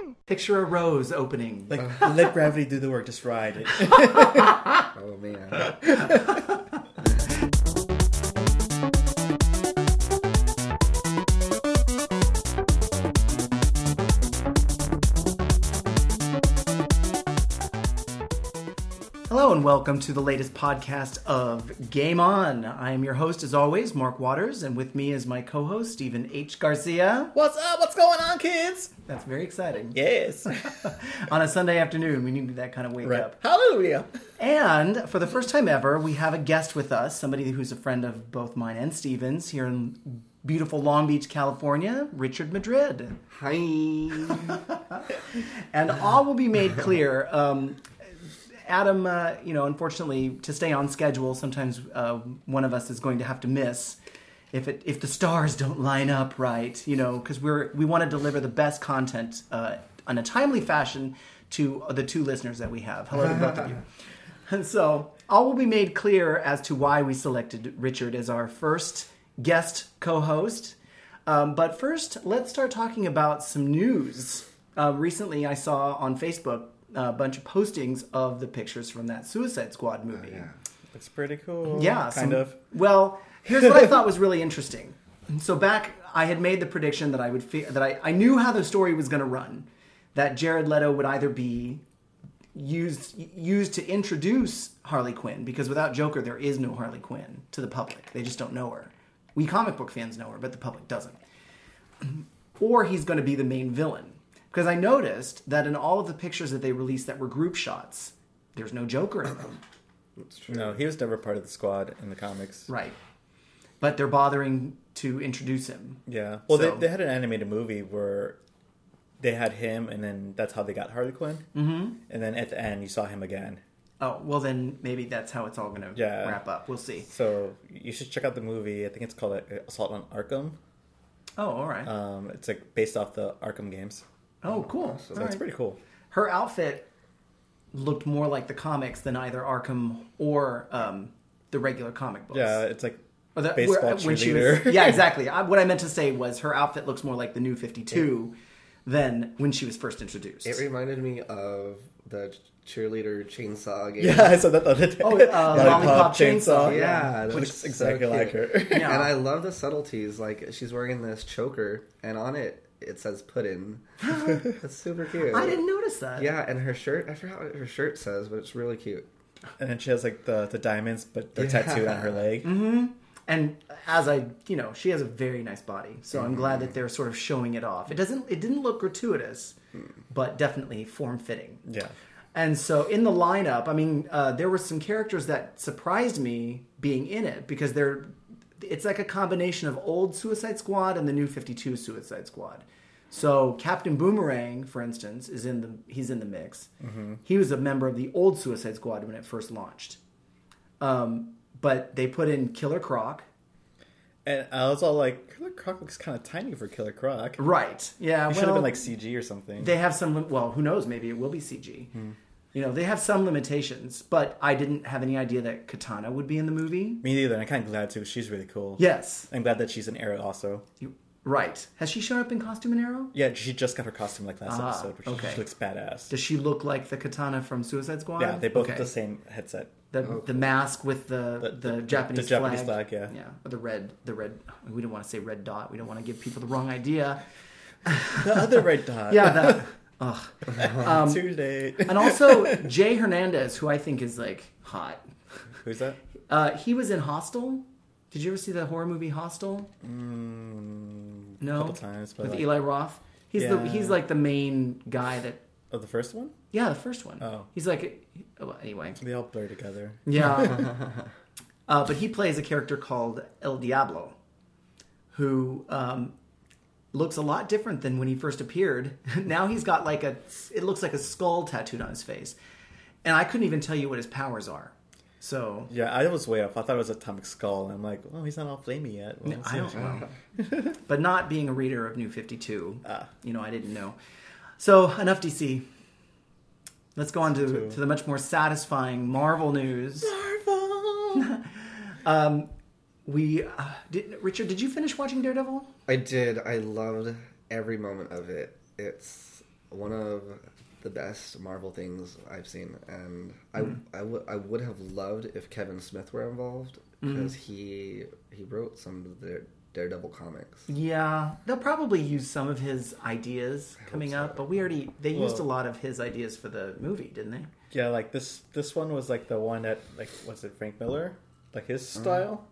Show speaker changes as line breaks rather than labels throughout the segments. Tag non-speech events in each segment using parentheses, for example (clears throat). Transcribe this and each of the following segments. on!
Picture a rose opening. (laughs)
Like let gravity do the work. Just ride it.
(laughs) Oh man.
Hello and welcome to the latest podcast of Game On. I am your host, as always, Mark Waters, and with me is my co-host Stephen H. Garcia.
What's up? What's going on, kids?
That's very exciting. (laughs)
Yes.
On a Sunday afternoon, we need that kind of wake
Right.
up.
Hallelujah.
And for the first time ever, we have a guest with us, somebody who's a friend of both mine and Steven's here in beautiful Long Beach, California, Richard Madrid.
Hi.
And all will be made clear. Um, Adam, uh, you know, unfortunately, to stay on schedule, sometimes uh, one of us is going to have to miss if it if the stars don't line up right, you know, because we're we want to deliver the best content uh, on a timely fashion to the two listeners that we have. Hello to both of you. (laughs) And so, all will be made clear as to why we selected Richard as our first guest co host. Um, but first, let's start talking about some news. Uh, recently, I saw on Facebook a bunch of postings of the pictures from that Suicide Squad movie. yeah,
It's pretty cool.
some-
kind of.
Well, here's what I thought was
(laughs)
really interesting. So back, I had made the prediction that I would fe- that I, I knew how the story was going to run, that Jared Leto would either be used used to introduce Harley Quinn because without Joker there is no Harley Quinn to the public. They just don't know her. We comic book fans know her, but the public doesn't. Or he's going to be the main villain because I noticed that in all of the pictures that they released that were group shots, there's no Joker in them.
No, he was never part of the squad in the comics.
Right. But they're bothering to introduce him.
Yeah. Well,
So-
they, they had an animated movie where they had him, and then that's how they got Harley Quinn. Mm-hmm. And then at the end, you saw him again.
Oh, well, then maybe that's how it's all going to
Yeah.
wrap up. We'll see.
So you should check out the movie. I think it's called uh, Assault on Arkham.
Oh, all right.
Um, it's like based off the Arkham games.
oh, cool.
So
All
it's
right.
pretty cool.
Her outfit looked more like the comics than either Arkham or um, the regular comic books.
Yeah, it's like
Or the-
baseball
Oh, where- uh, when she was- (laughs)
cheerleader.
yeah, exactly. I, what I meant to say was her outfit looks more like the new 52 than when she was first introduced.
It reminded me of the cheerleader chainsaw
(laughs)
game.
yeah, I saw that the other day.
Oh,
(laughs)
uh, Lollipop Chainsaw.
Yeah, that
looks
so
exactly like
cute.
her.
Yeah.
And I love the subtleties. Like she's wearing this choker, and on it it says "puddin." That's super cute.
I didn't notice that.
Yeah, and her shirt—I forgot what her shirt says, but it's really cute.
(laughs) And then she has like the, the diamonds, but they're
Yeah.
tattooed on her leg.
Mm-hmm. and as I, you know, she has a very nice body, so I'm glad that they're sort of showing it off. It doesn't, it didn't look gratuitous, but definitely form fitting.
Yeah.
And so in the lineup, I mean, uh, there were some characters that surprised me being in it because they're, it's like a combination of old Suicide Squad and the new 52 Suicide Squad. So Captain Boomerang, for instance, is in the he's in the mix.
Mm-hmm.
He was a member of the old Suicide Squad when it first launched, um, but they put in Killer Croc,
And I was all like, Killer Croc looks kind of tiny for Killer Croc. He
Right. Yeah.
should have
well,
been like CG or something.
they have some. lim- Well, who knows? Maybe it will be CG.
Hmm.
You know, they have some limitations. But I didn't have any idea that Katana would be in the movie.
Me neither. And I'm kind of glad too. She's really cool.
Yes.
I'm glad that she's an arrow also.
You- right. Has she shown up in costume and arrow?
Yeah, she just got her costume like last
Ah,
episode, which
okay.
she looks badass.
Does she look like the Katana from Suicide Squad?
yeah, they both
okay.
have the same headset.
the, the mask with the the,
the- the
Japanese
Japanese
flag.
flag, yeah.
Yeah. Or the red the red. We don't want to say red dot. We don't want to give people the wrong
(laughs)
idea.
The
(laughs)
other red dot.
Yeah. um, That, ugh.
(laughs) Too late.
And also Jay Hernandez, who I think is like hot.
Who's that?
Uh, he was in Hostel. Did you ever see the horror movie Hostel?
Mm,
no,
couple times, but
with
like-
Eli Roth. He's the
Yeah.
he's like the main guy that
Oh, the first one?
yeah the first one.
Oh.
he's like well, anyway
They all blur together.
yeah. uh, but he plays a character called El Diablo, who um, looks a lot different than when he first appeared. (laughs) now he's got like a it looks like a skull tattooed on his face, and I couldn't even tell you what his powers are. So
Yeah, I was way off. I thought it was Atomic Skull. and I'm like, oh, he's not all flamey yet. Well,
I don't know. but not being a reader of New 52, you know, I didn't know. So, enough DC. Let's go on to, to the much more satisfying Marvel news.
Marvel!
We, uh, did, Richard, did you finish watching Daredevil?
I did. I loved every moment of it. It's one of the best Marvel things I've seen, and I, I, w- I would have loved if Kevin Smith were involved because he he wrote some of the Daredevil comics.
Yeah, they'll probably use some of his ideas coming
so.
up, but we already they used a
Well-
lot of his ideas for the movie, didn't they?
Yeah, like this this one was like the one that like was it Frank Miller, like his style,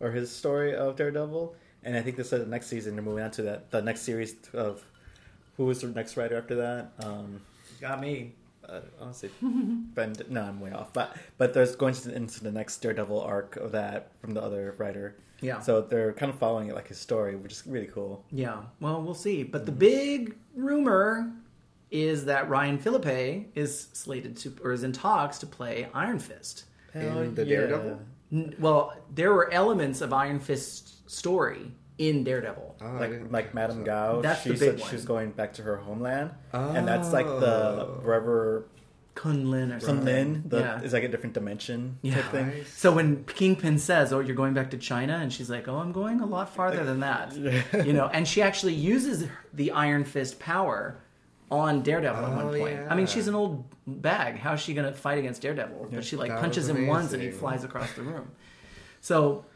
or his story of Daredevil. And I think this is the next season they're moving on to that the next series of who was the next writer after that. Um, got me. Uh, honestly, ben, no, I'm way off. But but there's going to, into the next Daredevil arc of that from the other writer.
Yeah.
So they're kind of following it like his story, which is really cool.
Yeah. Well, we'll see. But the big rumor is that Ryan Philippe is slated to or is in talks to play Iron Fist.
Oh,
Oh,
In the Daredevil?
N- Well, there were elements of Iron Fist's story in Daredevil.
Oh, I
like
didn't
like
catch
Madame
that.
Gao.
That's
she
the big
said
one.
she's going back to her homeland, and that's like the
Oh.
wherever
Kunlun or something.
Kunlun the
Yeah.
is like a different dimension
Yeah.
type thing.
Nice.
So when Kingpin says, "Oh, you're going back to China," and she's like, "Oh, I'm going a lot farther than
(laughs)
that," you know, and she actually uses the Iron Fist power on Daredevil at one
Oh,
point. I mean,
yeah.
she's an old bag. How is she going to fight against Daredevil? But she like
That
punches
was
him once, and he
amazing.
flies across the room. So.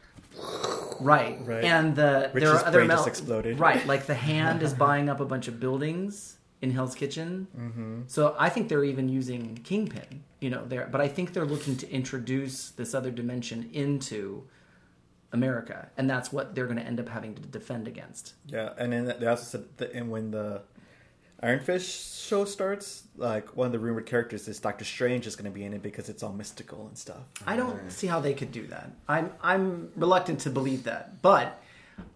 Right.
Right.
and the there
Rich's
are other
brain just
mel-
exploded.
Right, like the hand is buying up a bunch of buildings in Hell's Kitchen.
Mm-hmm.
So I think they're even using Kingpin, you know, there. But I think they're looking to introduce this other dimension into America, and that's what they're going to end up having to defend against.
Yeah, and then they also said that, and when the Iron Fist show starts, like one of the rumored characters is Doctor Strange is going to be in it because it's all mystical and stuff.
I don't see how they could do that. I'm I'm reluctant to believe that, but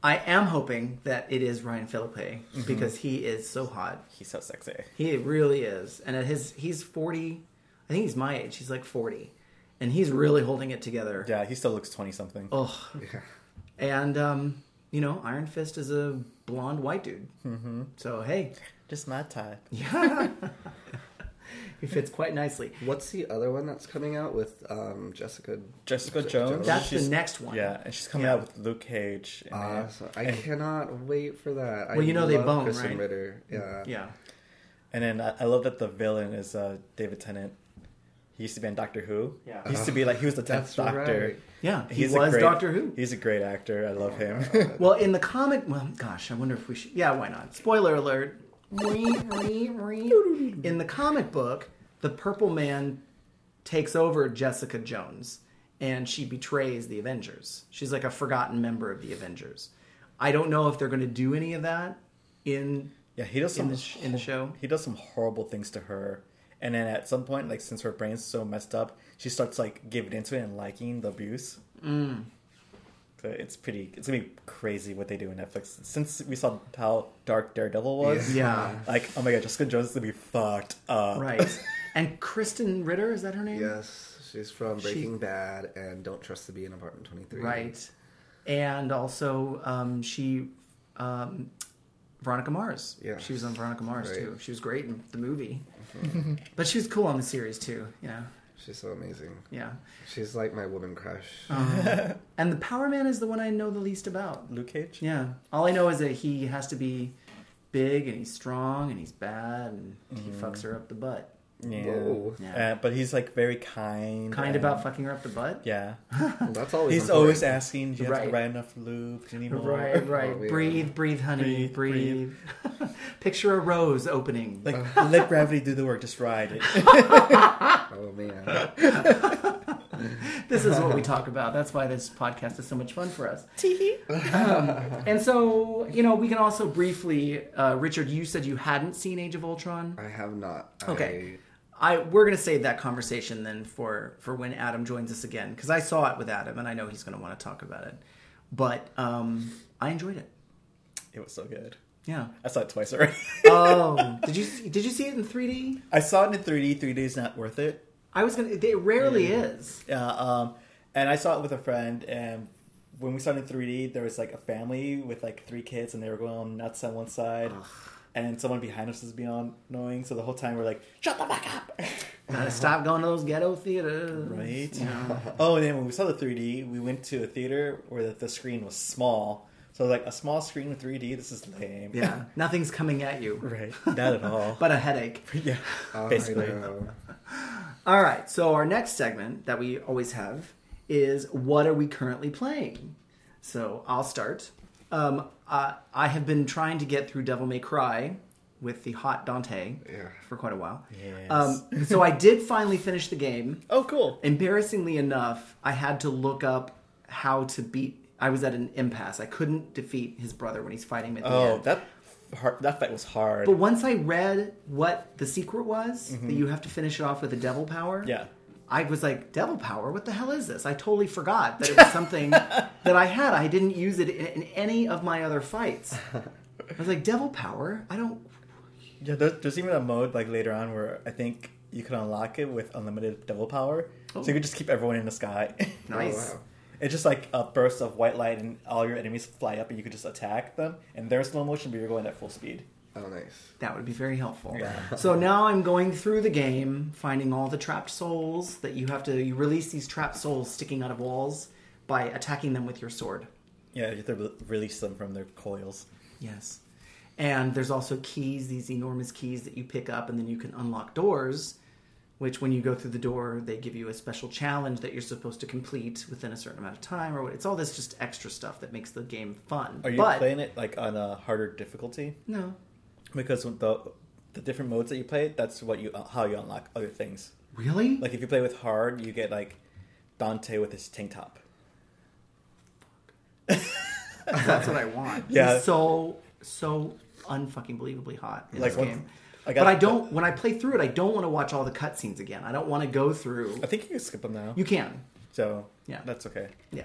I am hoping that it is Ryan Philippe
Mm-hmm.
because he is so hot.
He's so sexy.
He really is, and at his he's forty. I think he's my age. He's like forty, and he's really holding it together.
Yeah, he still looks twenty something.
Ugh. And um, you know, Iron Fist is a blonde white dude. Mm-hmm. So hey,
Just my type.
he fits quite nicely.
What's the other one that's coming out with um, Jessica?
Jessica Jones.
That's
she's-
the next one.
Yeah, and she's coming
Yeah.
out with Luke Cage. in
Ah,
it.
so I cannot wait for that.
Well,
I
you know they
love
bone,
Kristen
right?
Ritter. Yeah.
Yeah.
And then I, I love that the villain is uh, David Tennant. He used to be on Doctor Who.
Yeah.
He used to be like he was the tenth
That's
Doctor.
right.
Yeah. He
He's a
was
great-
Doctor Who.
He's a great actor. I love
(laughs)
him.
Well, in the comic, well, gosh, I wonder if we should. Yeah, why not? Spoiler alert. In the comic book, the Purple Man takes over Jessica Jones, and she betrays the Avengers. She's like a forgotten member of the Avengers. I don't know if they're going to do any of that in
yeah, he does
in
some
the, sh- in the show.
he does some horrible things to her. And then at some point, like since her brain's so messed up, she starts like giving into it and liking the abuse. Mm. So it's pretty. It's gonna be crazy what they do in Netflix. Since we saw how dark Daredevil was,
Yeah,
like oh my god, Jessica Jones is gonna be fucked up.
right. And Kristen Ritter is that her name?
Yes, she's from Breaking Bad and Don't Trust to Be in Apartment 23.
Right. And also, um, she, um, Veronica Mars.
Yeah.
She was on Veronica Mars
Right. Mm-hmm.
too. She was great in the movie, (laughs) but she was cool on the series too. You know.
She's so amazing.
Yeah.
She's like my woman crush.
Uh-huh. And the Power Man is the one I know the least about.
(laughs) Luke Cage.
Yeah. All I know is that he has to be big and he's strong and he's bad and he
Mm-hmm.
fucks her up the butt.
Yeah.
Whoa.
Yeah.
Uh, but he's like very kind.
Kind
and-
about fucking her up the butt.
Yeah.
That's always
He's
important.
always asking, do you have
Right.
to write enough lube? Do you need more?
Right, right.
Oh, yeah.
Breathe, breathe, honey, breathe.
Breathe, breathe.
(laughs) Picture a rose opening.
(laughs) Like,
(laughs)
let gravity do the work, just ride it.
Oh
(laughs)
man.
This is what we talk about. That's why this podcast is so much fun for us. Um, and so, you know, we can also briefly, uh, Richard, you said you hadn't seen Age of Ultron.
I have not.
Okay. I we're gonna save that conversation then for for when Adam joins us again because I saw it with Adam and I know he's gonna want to talk about it. But um, I enjoyed it.
It was so good.
Yeah.
I saw it twice already.
Oh, (laughs) did you did you see it in 3D?
(laughs) I saw it in 3D. 3D is not worth it.
I was gonna. It rarely is.
Uh, um, and I saw it with a friend, and when we saw it in 3D, there was like a family with like three kids, and they were going nuts on one side. And then someone behind us was beyond annoying, so the whole time we're like, "Shut the fuck up!" (laughs)
Gotta stop going to those ghetto theaters.
Right.
Yeah.
(laughs) Oh, and then when we saw the 3D, we went to a theater where the, the screen was small, So like a small screen with 3D, this is lame.
Yeah, nothing's coming at you, (laughs)
(laughs) right. Not at all.
but a headache.
yeah,
oh, I
basically.
know.
All right, so our next segment that we always have is what are we currently playing? So I'll start. Um, uh, I have been trying to get through Devil May Cry with the hot Dante
Yeah.
for quite a while.
Yes.
Um, so I did finally finish the game.
Oh, cool.
Embarrassingly enough, I had to look up how to beat. I was at an impasse. I couldn't defeat his brother when he's fighting him at the
Oh,
end.
that hard, that fight was hard.
But once I read what the secret was, that you have to finish it off with a devil power.
yeah.
I was like, devil power? What the hell is this? I totally forgot that it was something that I had. I didn't use it in, in any of my other fights. I was like, devil power? I don't.
Yeah, there's, there's even a mode like later on where I think you can unlock it with unlimited devil power,
Oh.
so you could just keep everyone in the sky. (laughs)
Nice.
Oh, wow.
it's just like a burst of white light, and all your enemies fly up, and you could just attack them. And they're slow motion, but you're going at full speed.
Oh, nice.
That would be very helpful.
Yeah.
(laughs) So now I'm going through the game, finding all the trapped souls that you have to. You release these trapped souls sticking out of walls by attacking them with your sword.
Yeah, you have to re- release them from their coils.
Yes. And there's also keys, these enormous keys that you pick up, and then you can unlock doors, which when you go through the door, they give you a special challenge that you're supposed to complete within a certain amount of time. Or what- it's all this just extra stuff that makes the game fun.
Are you
but,
playing it like on a harder difficulty?
No.
Because with the the different modes that you play, that's what you how you unlock other things.
Really?
Like if you play with hard, you get like Dante with his tank top.
That's what I want.
Yeah.
He's so so unfucking believably hot in
Like
this
one-
game.
I got-
but I don't. When I play through it, I don't want to watch all the cutscenes again. I don't want to go through.
I think you can skip them now.
You can.
So
Yeah.
that's okay.
Yeah.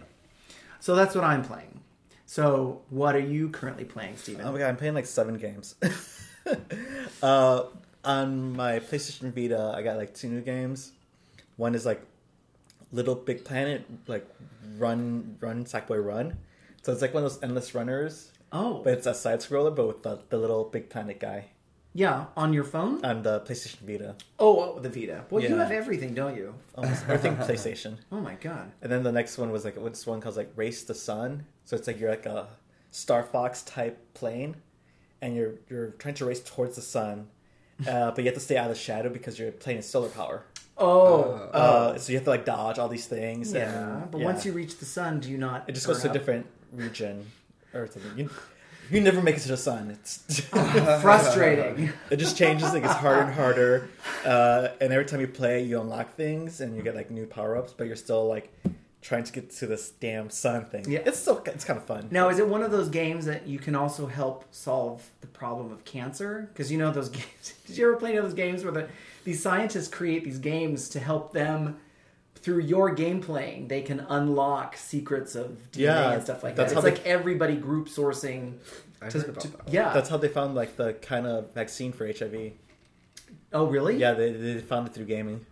So that's what I'm playing. So what are you currently playing, Steven?
Oh my god, I'm playing like seven games. (laughs) uh, on my PlayStation Vita, I got like two new games. One is like Little Big Planet, like Run, Run, Sackboy Run. So it's like one of those endless runners,
oh,
but it's a side scroller, but with the, the little Big Planet guy
yeah, on your phone?
on the PlayStation Vita,
oh, oh, the Vita. Well, you
Uh, Yeah.
have everything, don't you?
almost
(laughs)
everything PlayStation.
Oh my god.
And then the next one was like what's one called like Race the Sun. So it's like you're like a Star Fox type plane, and you're you're trying to race towards
(laughs)
the sun, uh, but you have to stay out of the shadow because your plane is solar power.
Oh,
Uh, so you have to like dodge all these things.
yeah.
and,
But
yeah.
once you reach the sun, do you not?
it just
turn
goes to a
up?
different region or something. You, you never make it to the
(laughs)
sun. It's (laughs)
Frustrating.
it just changes. It gets harder and harder. Uh, and every time you play, you unlock things and you get like new power ups, but you're still like trying to get to this damn sun thing.
Yeah.
it's still it's kind of fun.
Now, is it one of those games that you can also help solve the problem of cancer? Because you know those (laughs) games. Did you ever play any of those games where the, these scientists create these games to help them through your game playing? They can unlock secrets of DNA
Yeah,
and stuff like
that's
that. It's
how they-
like everybody group sourcing.
I
to-
heard about
to-
that.
yeah.
That's how they found like the kind of vaccine for HIV.
oh, really?
Yeah, they, they found it through gaming.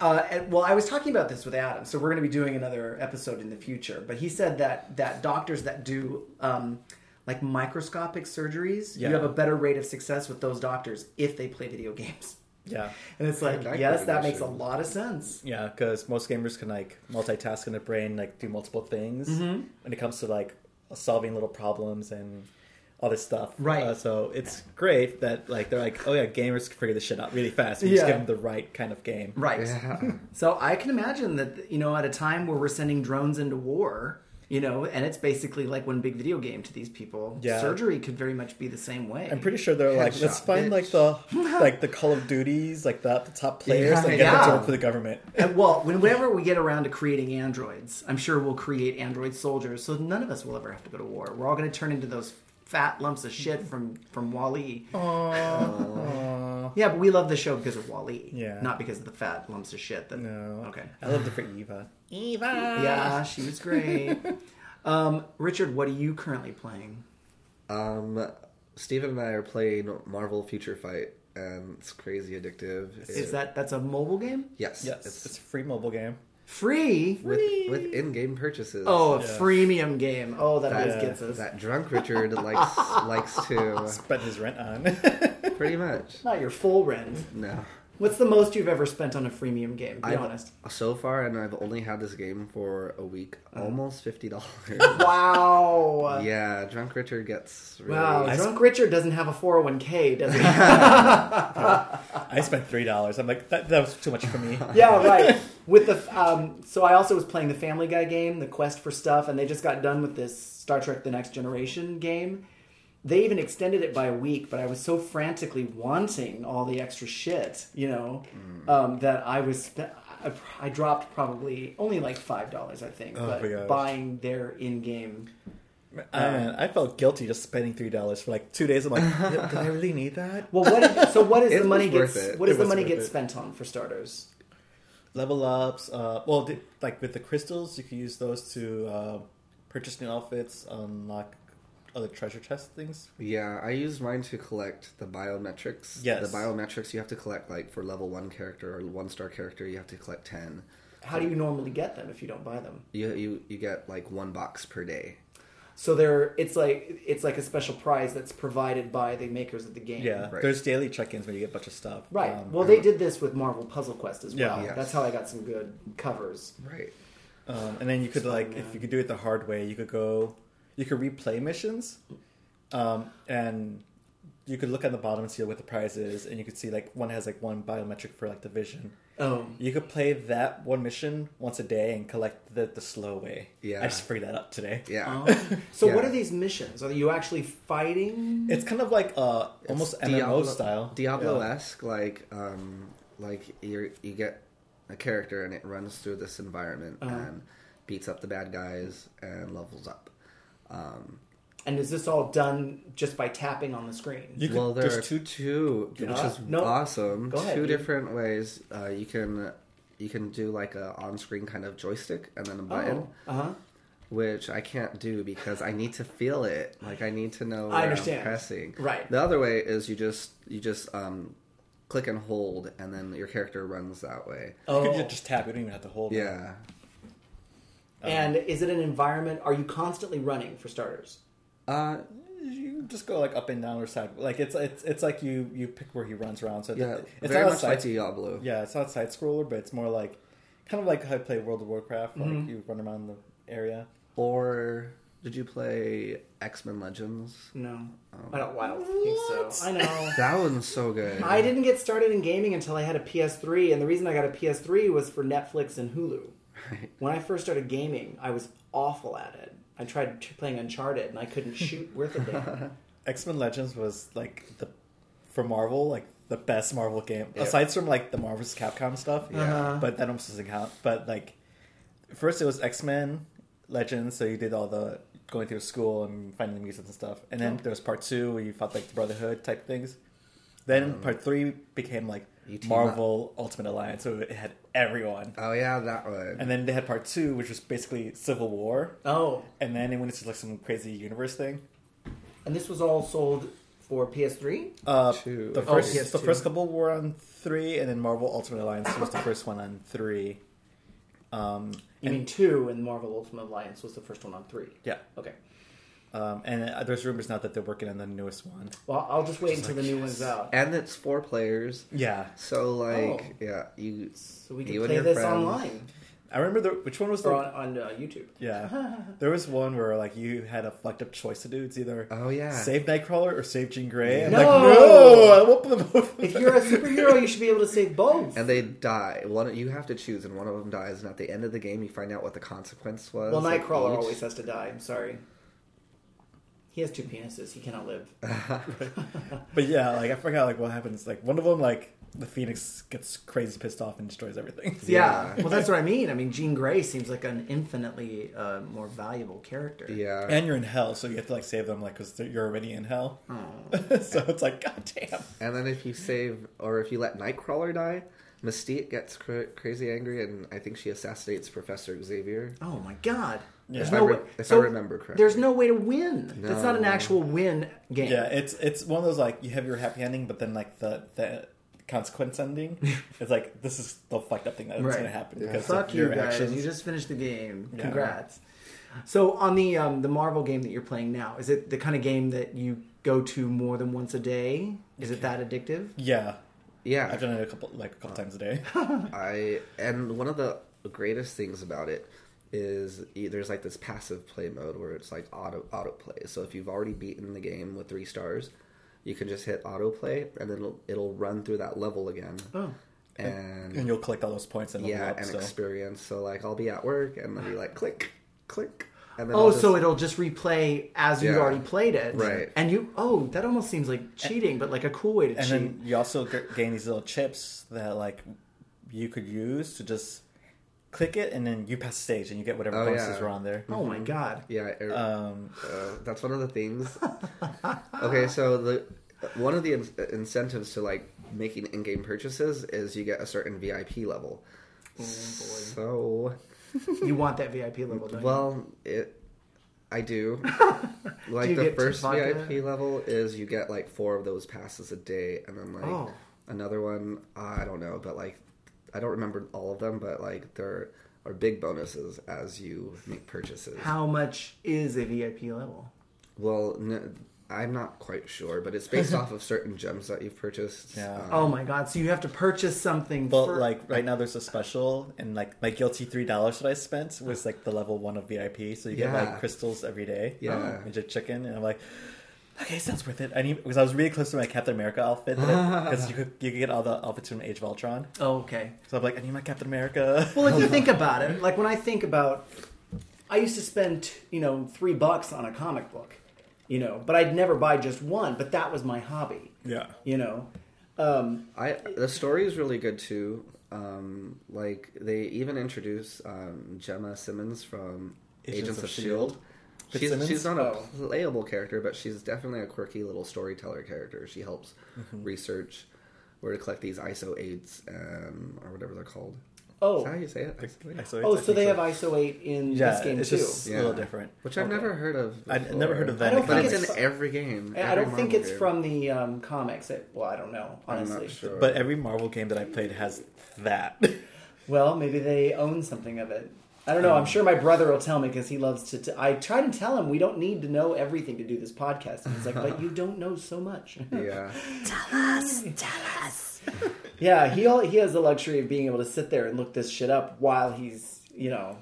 Uh, and, well, I was talking about this with Adam, so we're going to be doing another episode in the future. But he said that that doctors that do um, like microscopic surgeries,
Yeah.
you have a better rate of success with those doctors if they play video games. (laughs)
Yeah,
And it's like,
I like
yes,
that
that makes a
notion.
lot of sense.
yeah, because most gamers can like multitask in their brain, like do multiple things
Mm-hmm.
when it comes to like solving little problems and all this stuff.
Right.
Uh, so it's great that like they're like, oh yeah, gamers can figure this shit out really fast. We just
Yeah.
give them the right kind of game.
Right.
Yeah.
(laughs) So I can imagine that, you know, at a time where we're sending drones into war, you know, and it's basically like one big video game to these people,
Yeah.
surgery could very much be the same way.
I'm pretty sure they're like,
Headshot,
let's find like the like the Call of Duties, like the, the top players, and get
Yeah.
them to work for the government.
And, Uh, well, when- whenever we get around to creating androids, I'm sure we'll create android soldiers, so none of us will ever have to go to war. We're all going to turn into those fat lumps of shit from from Wally. Yeah, but we love the show because of Wally.
Yeah.
not because of the fat lumps of shit. That
No.
okay.
I love the E for Eva. Eva.
Yeah, she was great. um, Richard, what are you currently playing?
Um, Steven and I are playing Marvel Future Fight, and it's crazy addictive.
Is that that's a mobile game?
yes?
Yes,
It's
it's a free mobile game.
Free?
with with in-game purchases.
Oh, a
Yeah.
freemium game. Oh, that always
Yeah.
gets us.
that drunk Richard
(laughs)
likes likes to
Spend his rent on. (laughs)
pretty much.
Not your full rent.
No,
What's the most you've ever spent on a freemium game? Be
I've-
honest.
So far, and I've only had this game for a week,
Uh.
almost fifty dollars.
(laughs) Wow.
(laughs) yeah, Drunk Richard gets really.
Wow.
I-
Drunk Richard doesn't have a 401k, does he?
I spent three dollars. I'm like that, that was too much for (laughs) me.
(laughs) yeah, right. With the um, so I also was playing the Family Guy game, the Quest for Stuff, and they just got done with this Star Trek: The Next Generation game. They even extended it by a week, but I was so frantically wanting all the extra shit, you know, um, that I was sp- I, I dropped probably only like five dollars, I think,
Oh my gosh.
but buying their in-game.
And I felt guilty just spending three dollars for like two days. I'm like, did, did I really need that?
Well, what did- so what is
It
the money
was worth
gets
it.
what does
It
the
was
money
worth
get
it.
spent on for starters?
Level ups. Uh, well, the, like with the crystals, you can use those to uh, purchase new outfits, unlock other treasure chest things.
Yeah, I used mine to collect the biometrics.
Yes.
The biometrics you have to collect like for level one character or one star character, you have to collect ten.
How do you normally get them if you don't buy them?
You you you get like one box per day.
So there, it's like it's like a special prize that's provided by the makers of the game.
Yeah,
Right.
there's daily check-ins where you get a bunch of stuff.
Right.
Um,
well, they did this with Marvel Puzzle Quest as well.
Yeah.
Yes.
That's how I got some good covers.
Right.
Um, and then you could like, if you could do it the hard way, you could go, you could replay missions, um, and you could look at the bottom and see what the prize is, and you could see like one has like one biometric for like the vision.
Oh,
You could play that one mission once a day and collect the the slow way.
Yeah.
I just figured that up today.
Yeah.
Oh. so what
Yeah.
are these missions? Are you actually fighting?
It's kind of like uh, almost MMO
Diablo-
style.
Diablo
Yeah.
esque, like um, like you you get a character and it runs through this environment
Uh-huh.
and beats up the bad guys and levels up. Um,
And is this all done just by tapping on the screen?
You could,
well, there
there's
are
two.
two, two which
Yeah.
is
No.
awesome.
Go ahead,
two
dude.
different ways uh, you can you can do like a on screen kind of joystick and then a button.
Uh huh.
which I can't do because I need to feel it. Like I need to know where
I
I
understand.
am pressing.
Right.
The other way is you just you just um, click and hold, and then your character runs that way.
You
Oh.
could just tap. You don't even have to hold. it.
Yeah.
and is it an environment? Are you constantly running for starters?
Uh,
You just go like up and down or side. Like it's it's it's like you you pick where he runs around. So it's-
yeah.
it's
very
not a
much
side-
like Diablo.
Yeah, it's not side scroller, but it's more like kind of like how I play World of Warcraft. Like
Mm-hmm.
you run around the area.
Or did you play X Men Legends?
No, I don't. I don't think so. I know.
That one's so good.
I didn't get started in gaming until I had a PS3, and the reason I got a PS3 was for Netflix and Hulu.
Right.
When I first started gaming, I was awful at it. I tried t- playing Uncharted, and I couldn't shoot worth a
(laughs)
damn.
X Men Legends was like the for Marvel like the best Marvel game
Yeah.
aside from like the Marvel's Capcom stuff.
Yeah. Uh-huh.
but that almost doesn't count. But like first it was X Men Legends, so you did all the going through school and finding the mutants and stuff, and then there was part two where you fought like the Brotherhood type things.
Um,
Then part three became like
You team up.
Marvel Ultimate Alliance, so it had everyone.
Oh yeah, that one.
And then they had part two, which was basically Civil War.
Oh,
And then it went into like some crazy universe thing.
and this was all sold for PS3.
Uh,
Two.
The
Oh,
first,
yes,
the
two.
first couple were on three, and then Marvel Ultimate Alliance was the first one on three. Um,
You mean two, and Marvel Ultimate Alliance was the first one on three.
yeah.
Okay.
Um, and uh, there's rumors now that they're working on the newest one.
Well, I'll just wait until the new one's out,
Oh, and it's four players.
Yeah.
So like,
Oh.
yeah, you
so we can
You and
play
your
this
friends.
online
I remember the which one was the
or on, on uh, YouTube.
yeah. There was one where like you had a fucked up choice to do. It's either
Oh, yeah.
save Nightcrawler or save Jean Grey. I'm
No!
like, no, I want them both.
If you're a superhero, you should be able to save both.
And they die. One, you have to choose, and one of them dies. And at the end of the game, you find out what the consequence was.
Well,
of
Nightcrawler
each.
always has to die. I'm sorry. He has two penises. He cannot
(laughs)
live.
But yeah, like I forgot like what happens. Like one of them, like the Phoenix gets crazy pissed off and destroys everything.
Yeah.
well, that's what I mean. I mean, Jean Grey seems like an infinitely uh, more valuable character.
Yeah. And,
And you're in hell, so you have to like save them, like because you're already in hell. (laughs) so it's like, god damn.
then if you save, or if you let Nightcrawler die, Mystique gets cr- crazy angry, and I think she assassinates Professor Xavier.
Oh my God. There's
If,
no
I, re-
way.
if
so
I remember correctly.
there's no way to win. That's not an
No.
actual win game.
Yeah, it's it's one of those like you have your happy ending, but then like the the consequence ending is like this is the fucked up thing that's
Right.
gonna happen
Yeah.
because
Fuck
of
you
your
guys.
actions.
You just finished the game.
Yeah.
Congrats. So on the um, the Marvel game that you're playing now, is it the kind of game that you go to more than once a day? Is it that addictive?
Yeah,
yeah,
I've done it a couple like a couple times a day.
I and one of the greatest things about it is e- there's like this passive play mode where it's like auto auto play. So if you've already beaten the game with three stars, you can just hit auto play and then it'll, it'll run through that level again.
Oh.
And,
and you'll collect all those points and level
yeah,
up
and
still.
experience. So like I'll be at work and I'll be like click click. And then
Oh,
I'll just-
so it'll just replay as you
Yeah.
already played it,
Right.
And you, oh, that almost seems like cheating, but like a cool way to
and
cheat.
then you also g- gain these little chips that like you could use to just click it and then you pass the stage and you get whatever
Oh,
bonuses
yeah.
were on there.
oh my god!
yeah, it-
Um,
Uh, that's one of the things. okay, so the one of the in- incentives to like making in-game purchases is you get a certain VIP level. So,
You want that VIP level? Don't
well, it
(laughs)
I do. like
you
the
get
first
vodka?
VIP level is you get like four of those passes a day, and then like
Oh.
another one. I don't know, but like I don't remember all of them, but like there are big bonuses as you make purchases.
you? How much is a VIP level?
Well, n I'm not quite sure, but
(laughs)
it's based off of certain gems that you've purchased.
Yeah.
Um,
Oh my god! So you have to purchase something.
but
fir-
Uh, like right now there's a special and like my guilty three dollars that I spent was like the level one of VIP, so you get
Yeah.
like crystals every day. Oh,
Yeah.
and just chicken, and I'm like. Okay, sounds worth it. I need because I was really close to my Captain America outfit
(laughs)
because you could you could get all the outfits from Age of Ultron.
oh,
(laughs)
okay.
So I'm like, I need my Captain America.
Well, if you think about it, like when I think about, I used to spend you know three bucks on a comic book, you know, but I'd never buy just one. But that was my hobby,
(laughs) yeah,
you know. Um,
I the story is really good too. Um, like they even introduce um, Gemma Simmons from Agents, of, Shield. E She's,
Fitzsimmons?
she's not a
Oh.
playable character, but she's definitely a quirky little storyteller character. She helps research where to collect these ISO aids um, or whatever they're called.
oh,
Is that how you say it? ISO aids?
Oh, so they have ISO 8 in
Yeah,
this game
it's
too.
just- a little different.
Which I've
Okay.
never heard of.
I'd never heard of
before.
I
that
don't
in
think
But it's
it's-
in every game.
And I
every
don't think
Marvel
it's
game.
from the um, comics. It, well, I don't know,
I'm
honestly.
not sure.
But every Marvel game that I played has that. (laughs)
Well, maybe they own something of it. I don't know.
Um,
I'm sure my brother will tell me because he loves to, to. I try to tell him we don't need to know everything to do this podcast. And he's like,
(laughs)
but you don't know so much.
yeah,
(laughs) yeah, he all, he has the luxury of being able to sit there and look this shit up while he's, you know,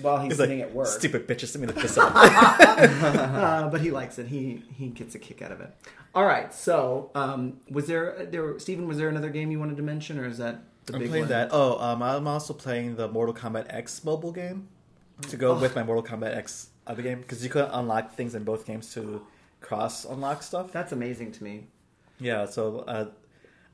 while he's,
It's
sitting
like,
at work.
Stupid bitches,
(laughs)
let me look this up.
Uh, but he likes it. He he gets a kick out of it. All right. So um, was there there Stephen? Was there another game you wanted to mention, or is that the
I'm
big
playing
one?
that. Oh, um, I'm also playing the Mortal Kombat X mobile game to go with my Mortal Kombat X other game because you could unlock things in both games to cross unlock stuff.
That's amazing to me.
Yeah, so uh,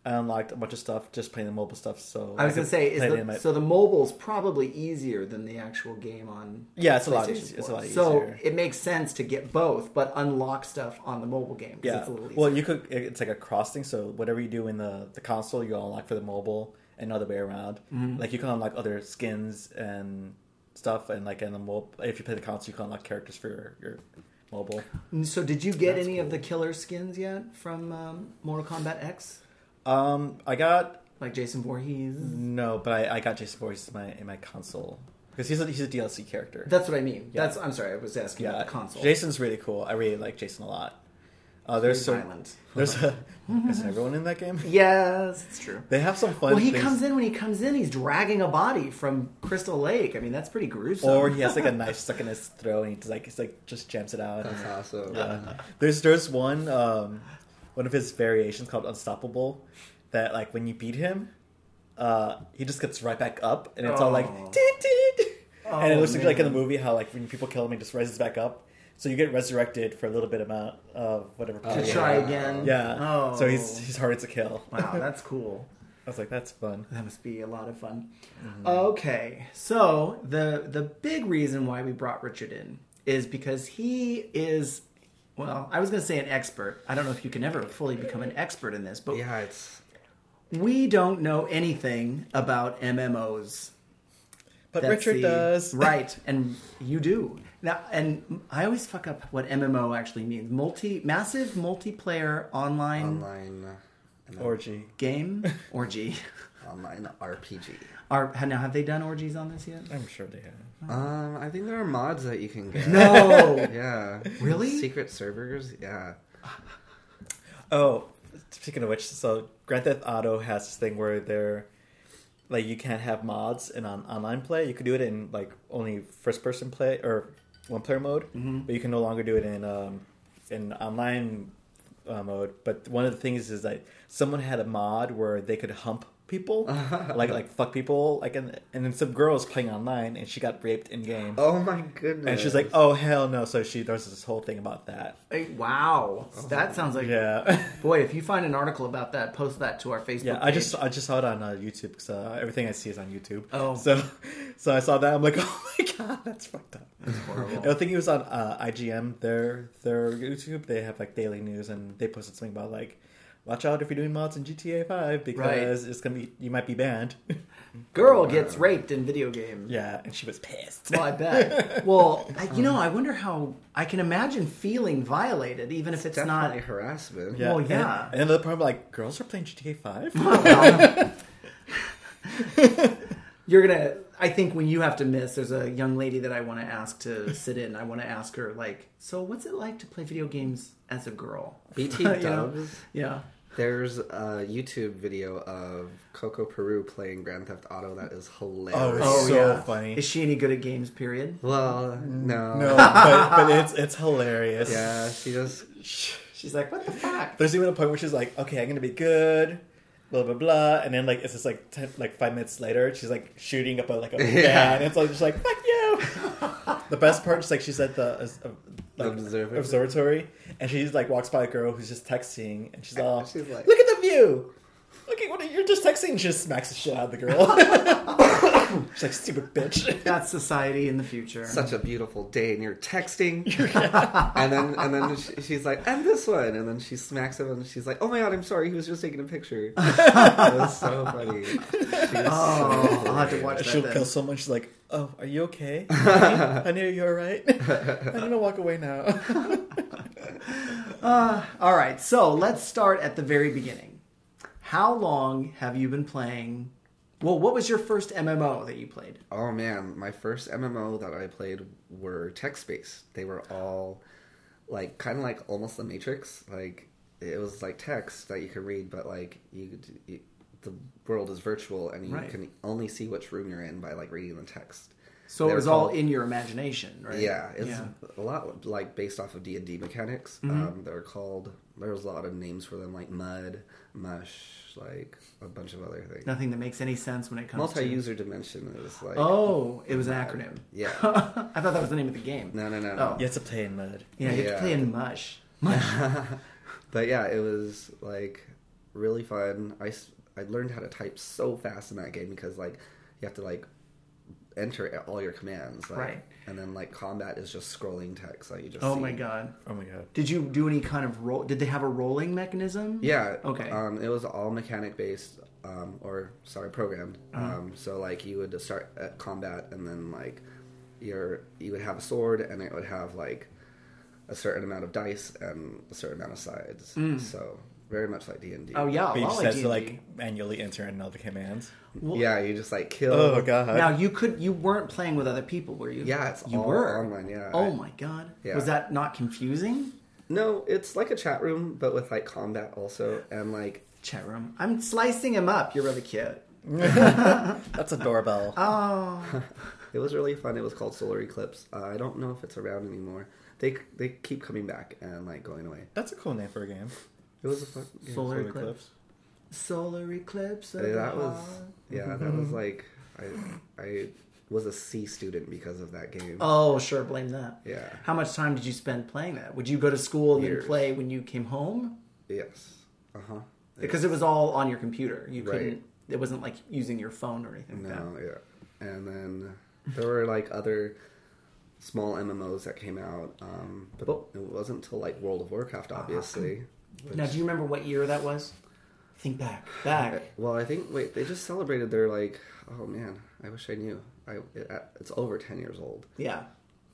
I unlocked a bunch of stuff just playing the mobile stuff. So
I was
could
gonna say, is
play it
the,
in my-
so the mobile's probably easier than the actual game on.
yeah, it's a lot.
PlayStation
Easier. It's a
4.
lot easier.
So it makes sense to get both, but unlock stuff on the mobile game. 'cause
Yeah.
it's a little easier.
Well, you could. it- It's like a cross thing. So whatever you do in the the console, you unlock for the mobile, and other way around.
Mm-hmm.
Like you can unlock other skins and stuff, and like in the mobile, if you play the console, you can unlock characters for your, your mobile.
so did you get
That's
any of the killer skins yet from um, Mortal Kombat X,
Um, I got
like Jason Voorhees?
no, but I, I got Jason Voorhees in my in my console because he's a, he's a DLC character.
That's what I mean.
Yeah.
That's I'm sorry, I was asking about the console.
Jason's really cool. I really like Jason a lot. Uh, there's
Very
some,
violent.
there's
(laughs)
a, (laughs) is everyone in that game?
Yes, it's true.
They have some fun.
Well, he
things.
comes in when he comes in. He's dragging a body from Crystal Lake. I mean, that's pretty gruesome.
or he has like
(laughs)
a knife stuck in his throat and he's like he's like just jams it out.
that's
Uh-huh.
(laughs)
awesome.
Uh, there's there's one um, one of his variations called Unstoppable that like when you beat him, uh, he just gets right back up and it's all like
Oh.
"Dee, dee, dee." and it
Oh,
looks like- like in the
man.
movie how like when people kill him he just rises back up. So you get resurrected for a little bit amount of whatever.
Oh,
to
yeah.
try again.
Yeah.
Oh.
So he's he's harder to kill.
wow, that's cool.
(laughs) I was like, that's fun.
That must be a lot of fun. Okay, so the the big reason why we brought Richard in is because he is, well, I was going to say an expert. I don't know if you can ever fully become an expert in this, but
yeah, it's
we don't know anything about MMOs
But
That's
Richard
the-
does (laughs)
right, and you do now. And I always fuck up what MMO actually means: multi, massive multiplayer online,
online and
orgy.
game orgy. (laughs)
online RPG.
Are now have they done orgies on this yet?
I'm sure they have.
Um, I think there are mods that you can get.
No,
Yeah.
Really?
Secret servers? Yeah.
Oh, Speaking of which, so Grand Theft Auto has this thing where they're like you can't have mods in on online play. You could do it in like only first person play or one player mode, but you can no longer do it in um, in online uh, mode. But one of the things is that someone had a mod where they could hump people, like like fuck people, like and and then some girl was playing online and she got raped in game,
Oh my goodness.
and she's like, oh hell no! So she there's this whole thing about that.
(laughs) Hey, wow, that sounds like
Yeah. (laughs)
boy. If you find an article about that, post that to our Facebook.
Yeah, I
page.
just I just saw it on uh, YouTube because uh, everything I see is on YouTube.
Oh.
so (laughs) so I saw that I'm like, (laughs) oh my god, that's fucked up. (laughs)
horrible.
I think it was on uh, IGM. Their their YouTube they have like daily news and they posted something about like, watch out if you're doing mods in GTA Five because it's gonna be you might be banned. (laughs)
girl gets raped in video games.
yeah, and she was
(laughs)
pissed. (laughs)
Well, I bet. Well, I, you know, I wonder how I can imagine feeling violated, even if it's not.
Definitely harassment.
Well,
and-
yeah.
And, another part like girls are playing GTA Five.
(laughs) You're gonna. I think when you have to miss, there's a young lady that I want to ask to sit in. I want to ask her, like, so what's it like to play video games as a
(laughs)
girl? (laughs)
BT
You know?
dubs.
Yeah.
There's a YouTube video of Coco Peru playing Grand Theft Auto that is
Oh,
hilarious.
it's so
yeah.
funny.
Is she any good at games? Period.
Well,
Mm.
no.
no, but, but it's it's hilarious.
Yeah, she just
She's like, what the
(laughs)
fuck?
There's even a point where she's like, "Okay, I'm gonna be good," blah blah blah, and then like it's just like ten, like five minutes later, she's like shooting up a like a van,
(laughs) Yeah.
and it's like just like fuck you.
(laughs)
the best part is like she's at the uh, uh, like,
Observatory.
observatory, and she's like walks by a girl who's just texting, and she's all,
(laughs) She's like-
"Look at the view." Okay, what are, you're just texting. and She just smacks the shit out of the girl.
(laughs)
she's like, "Stupid bitch."
That's society in the future.
such a beautiful day, and
(laughs)
you're texting, and then and then she, she's like, and this one, and then she smacks him, and she's like, oh my god, I'm sorry, he was just taking
(laughs)
a picture. it was so funny. She was so
oh, I'll have to
(laughs)
hilarious.
watch
She'll
that.
kill
Then.
someone. She's like, "Oh, are you
(laughs)
okay? Honey, honey, are you all right? (laughs) I'm gonna walk away
(laughs)
now."
All right, so let's start at the very beginning. How long have you been playing? Well, what was your first MMO that you played?
Oh man, my first MMO that I played were text based. They were all like kind of like almost the Matrix. Like it was like text that you could read, but like you, you the world is virtual and you
Right.
can only see which room you're in by like reading the text.
So
They
it
were
was all
called-
in your imagination, right?
Yeah, it's
yeah. Mm-hmm.
a lot like based off of D and D mechanics. Um, they're called. There's a lot of names for them, like mud, mush, like a bunch of other things.
Nothing that makes any sense when it comes to.
Multi-user dimension is like.
Oh, it was an acronym.
Yeah.
(laughs) I thought that was the name of the game.
No, no, no.
Oh.
You have to play in mud.
Yeah, you have to
Yeah.
play in Mush. Mush.
(laughs) but yeah, it was like really fun. I, s- I learned how to type so fast in that game because like you have to like enter all your commands, like,
Right.
And then like combat is just scrolling text, like you just.
oh
see.
my god.
Oh my god.
Did you do any kind of roll? Did they have a rolling mechanism?
Yeah.
Okay.
Um, it was all mechanic based, um, or sorry, programmed.
Uh-huh.
Um, so like you would start at combat, and then like your you would have a sword, and it would have like a certain amount of dice and a certain amount of sides. So very much like D and D.
Mm. Oh yeah,
But
a
you
lot
just
like
have to
D&D.
like manually enter in all the commands.
Well,
Yeah, you just like kill.
Oh god.
Now you could you weren't playing with other people, were you?
Yeah, it's
you
all
were
online, yeah.
Oh my god.
Yeah.
Was that not confusing?
No, it's like a chat room, but with like combat also, and like
Chat room. I'm slicing him up. You're really cute.
That's
(laughs)
a doorbell.
(laughs)
Oh,
it was really fun. It was called Solar Eclipse. Uh, I don't know if it's around anymore. They they keep coming back and like going away.
That's a cool name for a game.
It was a fun. yeah.
solar, eclipse. Solar eclipse. of
Yeah, that
the
was
heart.
yeah, that
Mm-hmm.
was like I I was a C student because of that game.
Oh, sure. Blame that.
Yeah.
How much time did you spend playing that? Would you go to school and
Years.
then play when you came home?
Yes. Uh huh.
Because it was all on your computer. You
Right.
couldn't. It wasn't like using your phone or anything like
No,
that.
yeah. And then there were like other small MMOs that came out, um, but it wasn't until like World of Warcraft, obviously.
Now, do you remember what year that was? Think back.
(laughs)
Back.
Well, I think wait, they just celebrated their like. Oh man, I wish I knew. I it, it's over ten years old.
Yeah.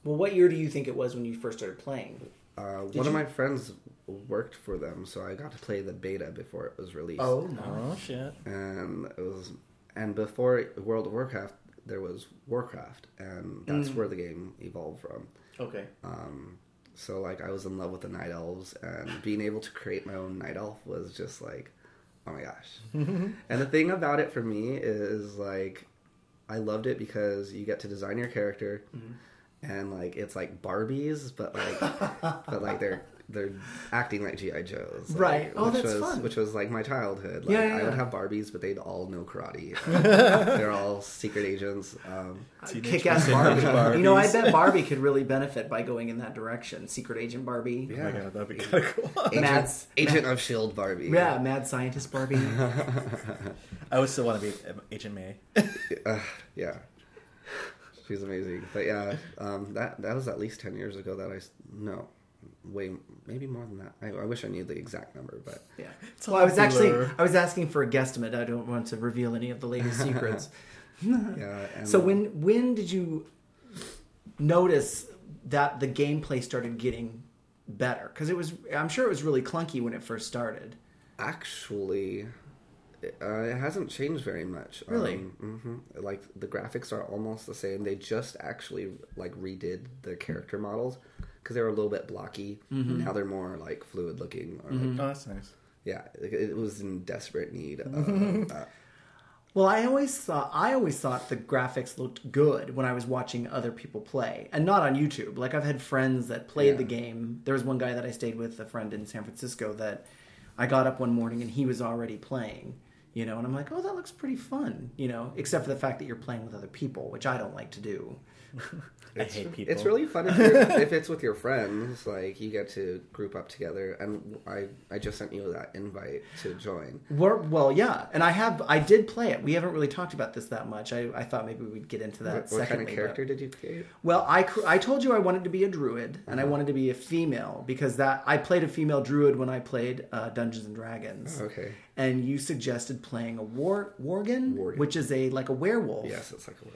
Well, what year do you think it was when you first started playing?
Uh, one of my friends worked for them, so I got to play the beta before it was released.
Oh shit.
and Um, it was and before World of Warcraft, there was Warcraft, and that's where the game evolved from.
Okay.
Um, So like I was in love with the night elves, and being able to create my own night elf was just like, oh my gosh.
(laughs)
and the thing about it for me is like, I loved it because you get to design your character,
Mm-hmm.
and like it's like Barbies, but like, but like they're they're acting like GI Joes, like,
Right. Oh,
which
that's
was
fun.
which was like my childhood. Like
Yeah, yeah,
I would
yeah.
have Barbies, but they'd all know
(laughs)
karate. they're all secret agents. Um,
Kick ass Barbie.
Teenage
You know, I
Barbies.
bet Barbie could really benefit by going in that direction. Secret Agent Barbie.
yeah.
Oh my god, that'd be kind of cool. (laughs)
Agent,
Mads-
Agent of Shield Barbie.
Yeah, Mad Scientist
(laughs)
Barbie.
I would still want to be um, Agent
(laughs)
May.
Uh, yeah. She's amazing. But yeah, um, that that was at least ten years ago that I s- no, way maybe more than that. I, I wish I knew the exact number, but
Yeah.
It's
Well, I was actually
popular.
I was asking for a guesstimate. I don't want to reveal any of the latest
(laughs)
secrets.
yeah. And
So when when did you notice that the gameplay started getting better? Because it was I'm sure it was really clunky when it first started.
actually, uh, it hasn't changed very much.
Really?
Um, mhm. Like the graphics are almost the same. They just actually like redid the character models because they were a little bit blocky. Now they're more like fluid looking. Or, like,
Oh, that's nice.
yeah, it, it was in desperate need. Of, uh,
Well, I always thought I always thought the graphics looked good when I was watching other people play, and not on YouTube. Like I've had friends that played the game. There was one guy that I stayed with, a friend in San Francisco, that I got up one morning and he was already playing. You know, and I'm like, oh, that looks pretty fun. You know, except for the fact that you're playing with other people, which I don't like to do.
I hate people.
It's really
(laughs)
fun if, you're, if it's with your friends. Like you get to group up together, and I I just sent you that invite to join.
We're, well, yeah, and I have I did play it. We haven't really talked about this that much. I, I thought maybe we'd get into that.
What, what kind of
secondly, but-
character did you create?
Well, I, cr- I told you I wanted to be a druid and
Mm-hmm.
I wanted to be a female because that I played a female druid when I played uh, Dungeons and Dragons.
Oh, okay.
And you suggested playing a war worgen,
Worgen.
which is a like a werewolf.
Yes, it's like a what?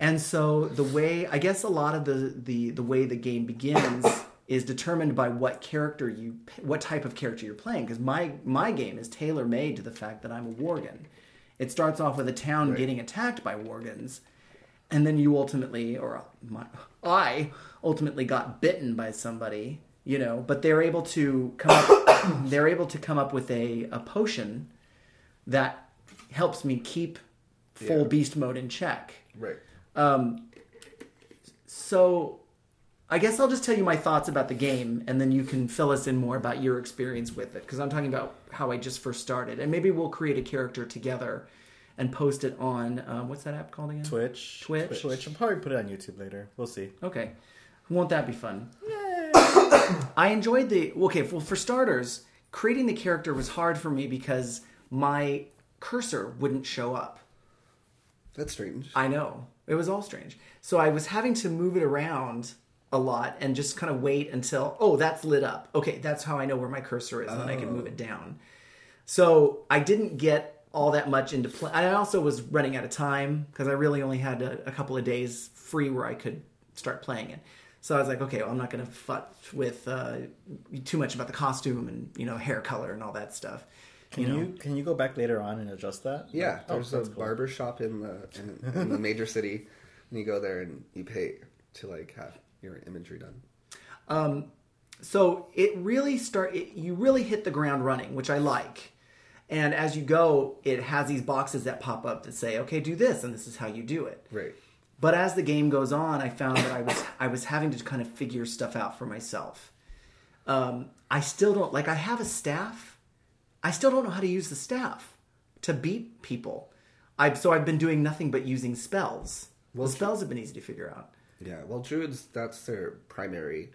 And so the way I guess a lot of the the the way the game begins (coughs) is determined by what character you what type of character you're playing because my my game is tailor made to the fact that I'm a worgen. It starts off with a town getting attacked by worgens and then you ultimately or my, I ultimately got bitten by somebody, you know, but they're able to come up (coughs) they're able to come up with a a potion that helps me keep full
Yeah.
beast mode in check.
Right.
So, I guess I'll just tell you my thoughts about the game, and then you can fill us in more about your experience with it. Because I'm talking about how I just first started, and maybe we'll create a character together and post it on um, what's that app called again?
Twitch.
Twitch.
Twitch. I'll probably put it on YouTube later. We'll see.
Okay, won't that be fun? I enjoyed the okay. Well, for starters, creating the character was hard for me because my cursor wouldn't show up.
That's strange.
I know. It was all strange. So I was having to move it around a lot and just kind of wait until, oh, that's lit up. Okay, that's how I know where my cursor is, and then I can move it down. So I didn't get all that much into play. I also was running out of time because I really only had a, a couple of days free where I could start playing it. So I was like, okay, well, I'm not going to fuck with uh, too much about the costume and you know hair color and all that stuff.
Can you, can you go back later on and adjust that?
yeah,
Oh,
there's a
that's cool.
barber shop in the in, in the major city, and you go there and you pay to like have your imagery done.
so it really start it, you really hit the ground running which i like and as you go it has these boxes that pop up that say okay do this and this is how you do it
Right.
but as the game goes on i found that i was i was having to kind of figure stuff out for myself um, i still don't like i have a staff i still don't know how to use the staff to beat people I, so i've been doing nothing but using spells well spells have been easy to figure out
Yeah. Well, druids that's their primary.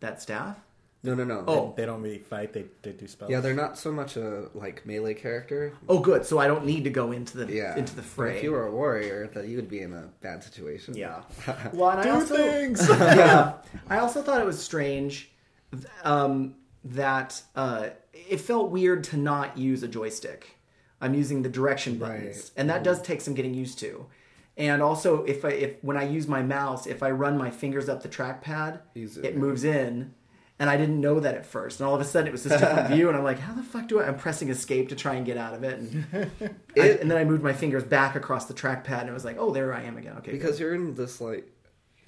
that staff
No, no, no.
Oh.
They don't really fight. They, they do spells.
Yeah, they're not so much a like melee character.
oh good so i don't need to go into the
Yeah.
into the fray
If you were a warrior, that you would be in a bad situation.
Yeah. Well, and I
Do
also, (laughs)
things! (laughs)
yeah. I also thought it was strange th- um, that uh, it felt weird to not use a joystick. I'm using the direction buttons,
Right.
and that does take some getting used to. And also, if I if when I use my mouse, if I run my fingers up the trackpad,
Easy.
it moves in. And I didn't know that at first, and all of a sudden it was this different view, and I'm like, "How the fuck do I?" I'm pressing escape to try and get out of it,
(laughs)
and, I- and then I moved my fingers back across the trackpad, and it was like, "Oh, there I am again." Okay, good.
Because you're in this like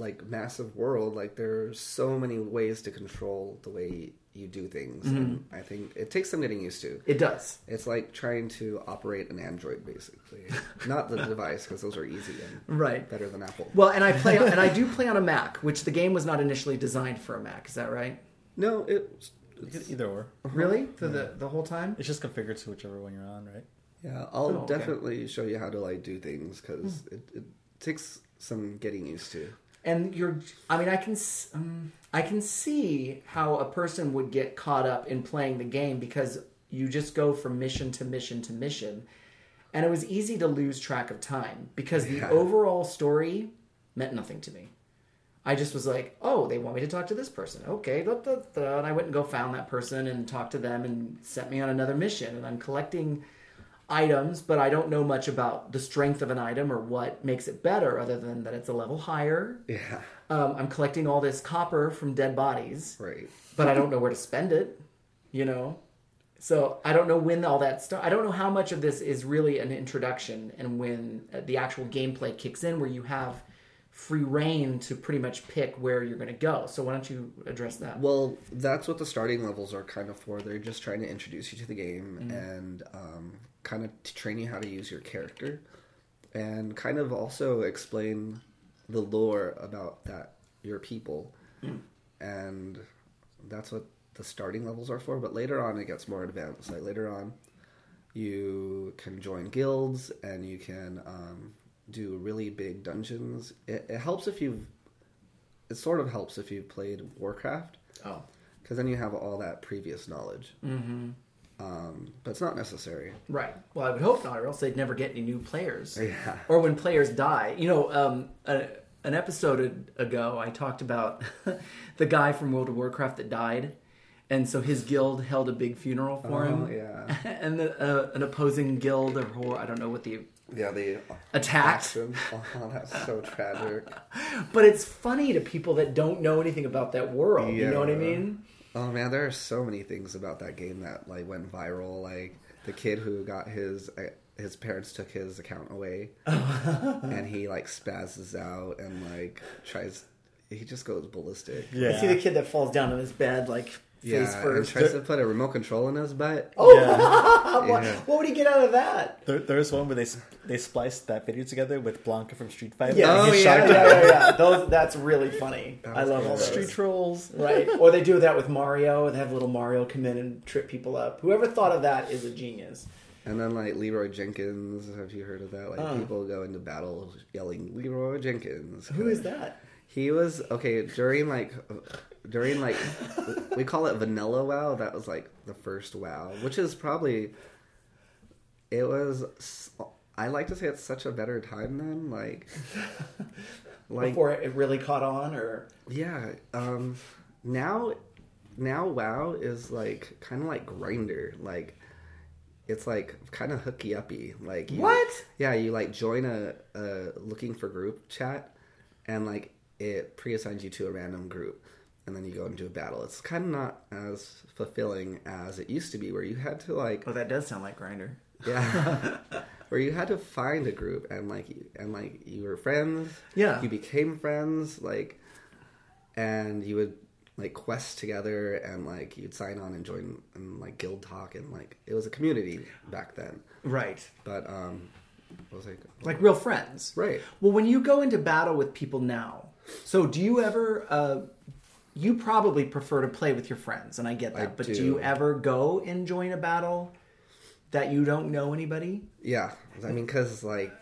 like massive world, like there are so many ways to control the way you do things.
Mm-hmm.
And I think it takes some getting used to.
It does.
It's like trying to operate an Android,
(laughs)
basically. Not the device, because those are easy and
Right.
better than Apple.
Well, and I play and I do play on a Mac, which the game was not initially designed for a Mac. Is that right?
No, it.
Either or.
Really? Uh-huh. For the the whole time?
It's just configured to whichever one you're on, right?
Yeah, I'll
Oh, okay. Hmm.
definitely show you how to like do things because it, it takes some getting used to.
And you're I mean, I can s- um, I can see how a person would get caught up in playing the game because you just go from mission to mission to mission. And it was easy to lose track of time because the
Yeah.
overall story meant nothing to me. I just was like, oh, they want me to talk to this person. Okay, da, da, da. and I went and go found that person and talked to them and sent me on another mission. And I'm collecting items, but I don't know much about the strength of an item or what makes it better, other than that it's a level higher.
Yeah,
Um, I'm collecting all this copper from dead bodies,
right.
but I don't know where to spend it. You know, so I don't know when all that stuff. I don't know how much of this is really an introduction and when uh, the actual gameplay kicks in, where you have free reign to pretty much pick where you're going to go. So why don't you address that?
Well, that's what the starting levels are kind of for. They're just trying to introduce you to the game and um, kind of to train you how to use your character and kind of also explain the lore about that your people. And that's what the starting levels are for. But later on, it gets more advanced. Like later on, you can join guilds and you can um, do really big dungeons. It, it helps if you've. It sort of helps if you've played Warcraft
oh,
because then you have all that previous knowledge. Mm-hmm. Um, but it's not necessary.
right. Well, I would hope not, or else they'd never get any new players.
Yeah.
or when players die. You know, um, a, an episode ago, I talked about (laughs) the guy from World of Warcraft that died, and so his guild held a big funeral for
Oh,
him.
yeah.
(laughs)
(laughs)
and the, uh, an opposing guild or whore, I don't know what the
Yeah, the
attacked.
action. (laughs) Oh, that's so tragic.
But it's funny to people that don't know anything about that world. You know what I
Yeah.
mean?
Oh man, there are so many things about that game that like went viral. Like the kid who got his uh, his parents took his account (laughs) away, and he like spazzes out and like tries. He just goes ballistic.
Yeah.
kid that falls down on his bed like
Yeah, and tries to put a remote control in his butt.
Oh,
what- Yeah.
what would he get out of that?
There, there's one where they s- they spliced that video together with Blanca from Street Fighter.
Yeah,
Oh,
and he
yeah.
shot
yeah, yeah, yeah. Those, that's really funny. I love all
all
those.
Street trolls.
right? Or they do that with Mario. They have little Mario come in and trip people up. Whoever thought of that is a genius.
And then like Leroy Jenkins, have you heard of that? Like
Oh.
people go into battle yelling Leroy Jenkins.
Who is that?
He was okay during like during
(laughs)
like we call it vanilla WoW. That was like the first WoW, which is probably it was. s- I like to say it's such a better time then, like like
Before it really caught on, or
yeah. Um, now, now WoW is like kind of like grinder. Like it's like kind of hooky uppy. Like you,
What?
Yeah, you like join a, a looking for group chat, and like it pre-assigns you to a random group, and then you go into a battle. It's kind of not as fulfilling as it used to be, where you had to like
that does sound like Grinder.
yeah. (laughs) Where you had to find a group and like you- and like you were friends.
Yeah.
You became friends, like and you would like quest together and like you'd sign on and join and like guild talk and like it was a community back then.
Right,
But um what was like
like real friends.
Right.
Well, when you go into battle with people now, so do you ever? Uh, you probably prefer to play with your friends, and I get that. but do.
do.
you ever go and join a battle that you don't know anybody?
yeah, I mean cuz like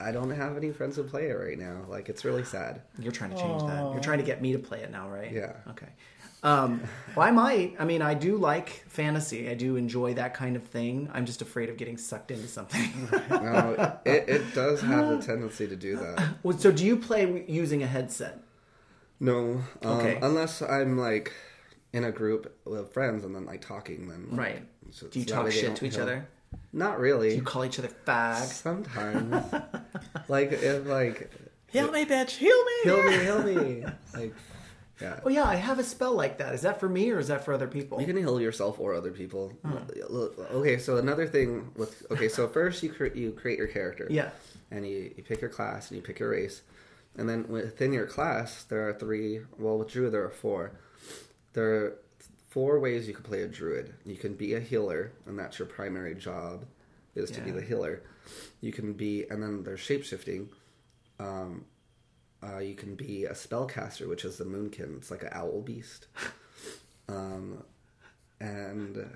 I don't have any friends who play it right now. Like it's really sad.
You're trying to change that. You're trying to get me to play it now, right?
Yeah.
Okay. Um, well, I might. I mean, I do like fantasy. I do enjoy that kind of thing. I'm just afraid of getting sucked into something. (laughs)
No, it, it does have the tendency to do that.
well, so, do you play w- using a headset?
No. Um,
Okay.
Unless I'm like in a group with friends and then like talking, then like,
Right.
so-
do you
so that
talk
way they
shit
don't
to each
know.
other?
Not really.
Do you call each other fag?
(laughs) Sometimes, like if like
Heal me, bitch! Heal me!
heal me, heal me, like yeah.
Oh yeah, I have a spell like that. Is that for me or is that for other people? Hmm.
You can heal yourself or other people. Look, Okay, so another thing with okay, so first you cre- you create your character.
Yeah.
And you, you pick your class and you pick your race, And then within your class, there are three. Well, with druid, there are four. There are four ways you can play a druid. You can be a healer, and that's your primary job, is to be
Yeah.
the healer. You can be, and then there's shapeshifting. Um, uh, you can be a spellcaster, which is the moonkin. It's like an owl beast. Um, and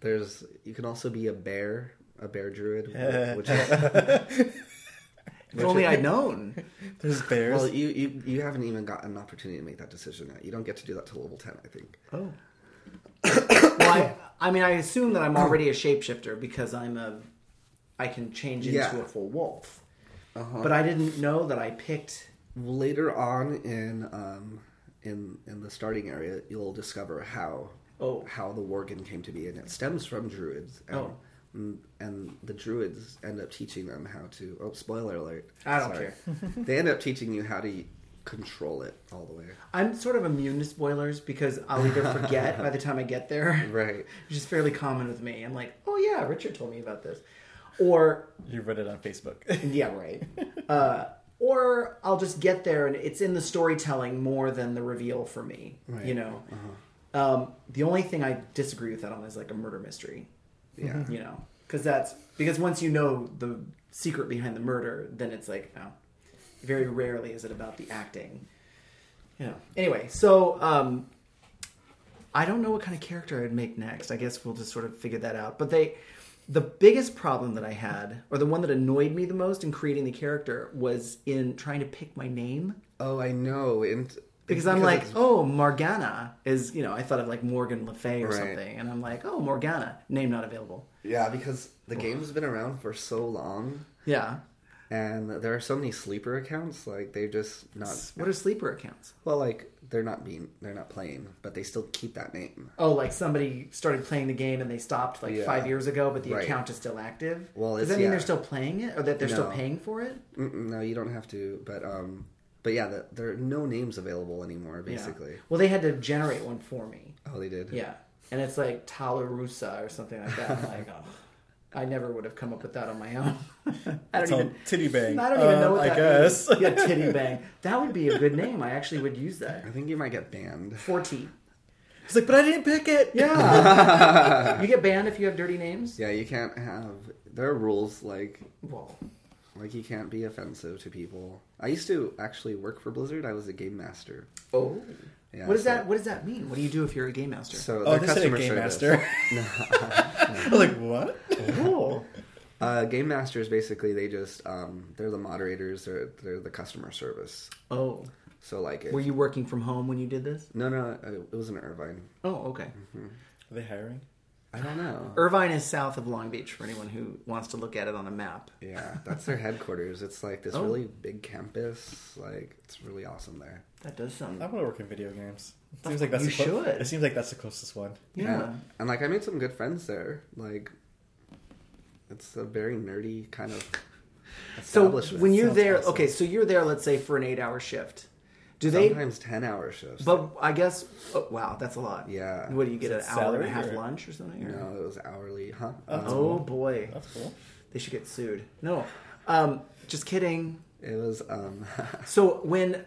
there's you can also be a bear, a bear druid, which is
If only I'd
(laughs)
known.
There's bears.
Well, you, you you haven't even got an opportunity to make that decision yet. You don't get to do that till level ten, I think.
Oh. well, I, I mean, I assume that I'm already a shapeshifter because I'm a, I can change into
Yeah. Uh-huh.
a full wolf. But I didn't know that I picked.
Later on in um in in the starting area, you'll discover how
Oh.
how the worgen came to be, and it stems from druids. And,
Oh.
and- And the druids end up teaching them how to. Oh, spoiler alert!
I don't (laughs)
(laughs) they end up teaching you how to control it all the way.
I'm sort of immune to spoilers because I'll either forget by the time I get there,
(laughs) Right.
which is fairly common with me. I'm like, oh yeah, Richard told me about this, or
you read it on Facebook. (laughs)
(laughs) yeah, right. Uh, or I'll just get there and it's in the storytelling more than the reveal for me. You know, um, the only thing I disagree with that on is like a murder mystery. Mm-hmm.
Yeah.
you know because that's because once you know the secret behind the murder then it's like oh very rarely is it about the acting you know anyway so um i don't know what kind of character i'd make next i guess we'll just sort of figure that out but they the biggest problem that i had or the one that annoyed me the most in creating the character was in trying to pick my name
Oh, I know. And
because I'm like,
it's-
oh, Morgana is, you know, I thought of like Morgan Le Fay or
Right.
something. And I'm like, oh, Morgana, name not available.
yeah, because the game's been around for so long.
Yeah.
and there are so many sleeper accounts like they're just not
What are sleeper accounts?
well like they're not being they're not playing but they still keep that name
Oh, like somebody started playing the game and they stopped like
Yeah.
five years ago, but the
Right.
account is still active.
Well,
does
it's-
that mean
yeah.
they're still playing it, or that they're still
No.
paying for it?
Mm-mm, no you don't have to but um but yeah the, there are no names available anymore
Yeah.
basically
Well, they had to generate one for me.
oh they did
Yeah, and it's like Talarusa or something like that. I'm like, oh, I never would have come up with that on my own. (laughs) I don't
It's all
even.
titty bang.
I don't even know
Um,
what
I
that
guess.
means. Yeah, titty bang. That would be a good name. I actually would use that.
i think you might get banned (laughs)
Four T.
It's like, but I didn't pick it.
Yeah. (laughs) you get banned if you have dirty names.
yeah you can't have there are rules like
Well,
like you can't be offensive to people i used to actually work for blizzard i was a game master
Oh.
Yeah,
what does
so-
that What does that mean? What do you do if you're a game master?
so
Oh,
their
they said a
customer
game
service
master. (laughs) I'm like, what?
cool.
(laughs) Uh, game masters basically they just um, they're the moderators they're, they're the customer service
(laughs) Oh,
so like if,
were you working from home when you did this?
no no uh, it was in irvine
Oh, okay.
Are they hiring?
i don't know
Irvine is south of Long Beach for anyone who wants to look at it on a map.
yeah that's their headquarters it's like this
Oh.
really big campus like it's really awesome there
That does sound.
I want to work in video games. It seems like that's
You
the clo-
should.
It seems like that's the closest one.
Yeah.
and, and, like i made some good friends there like it's a very nerdy kind of
(laughs) So
establishment
when you're
Sounds
there,
awesome.
okay, so you're there, let's say for an eight-hour shift. Do they?
sometimes 10 hour shifts
But I guess. Oh, wow, that's a lot.
Yeah.
What do you get an
Is it
hour and a
salary
half
or-
lunch or something? or-
no it was hourly huh
Oh
Um,
boy,
That's cool.
they should get sued. No, um, just kidding.
it was um (laughs)
So when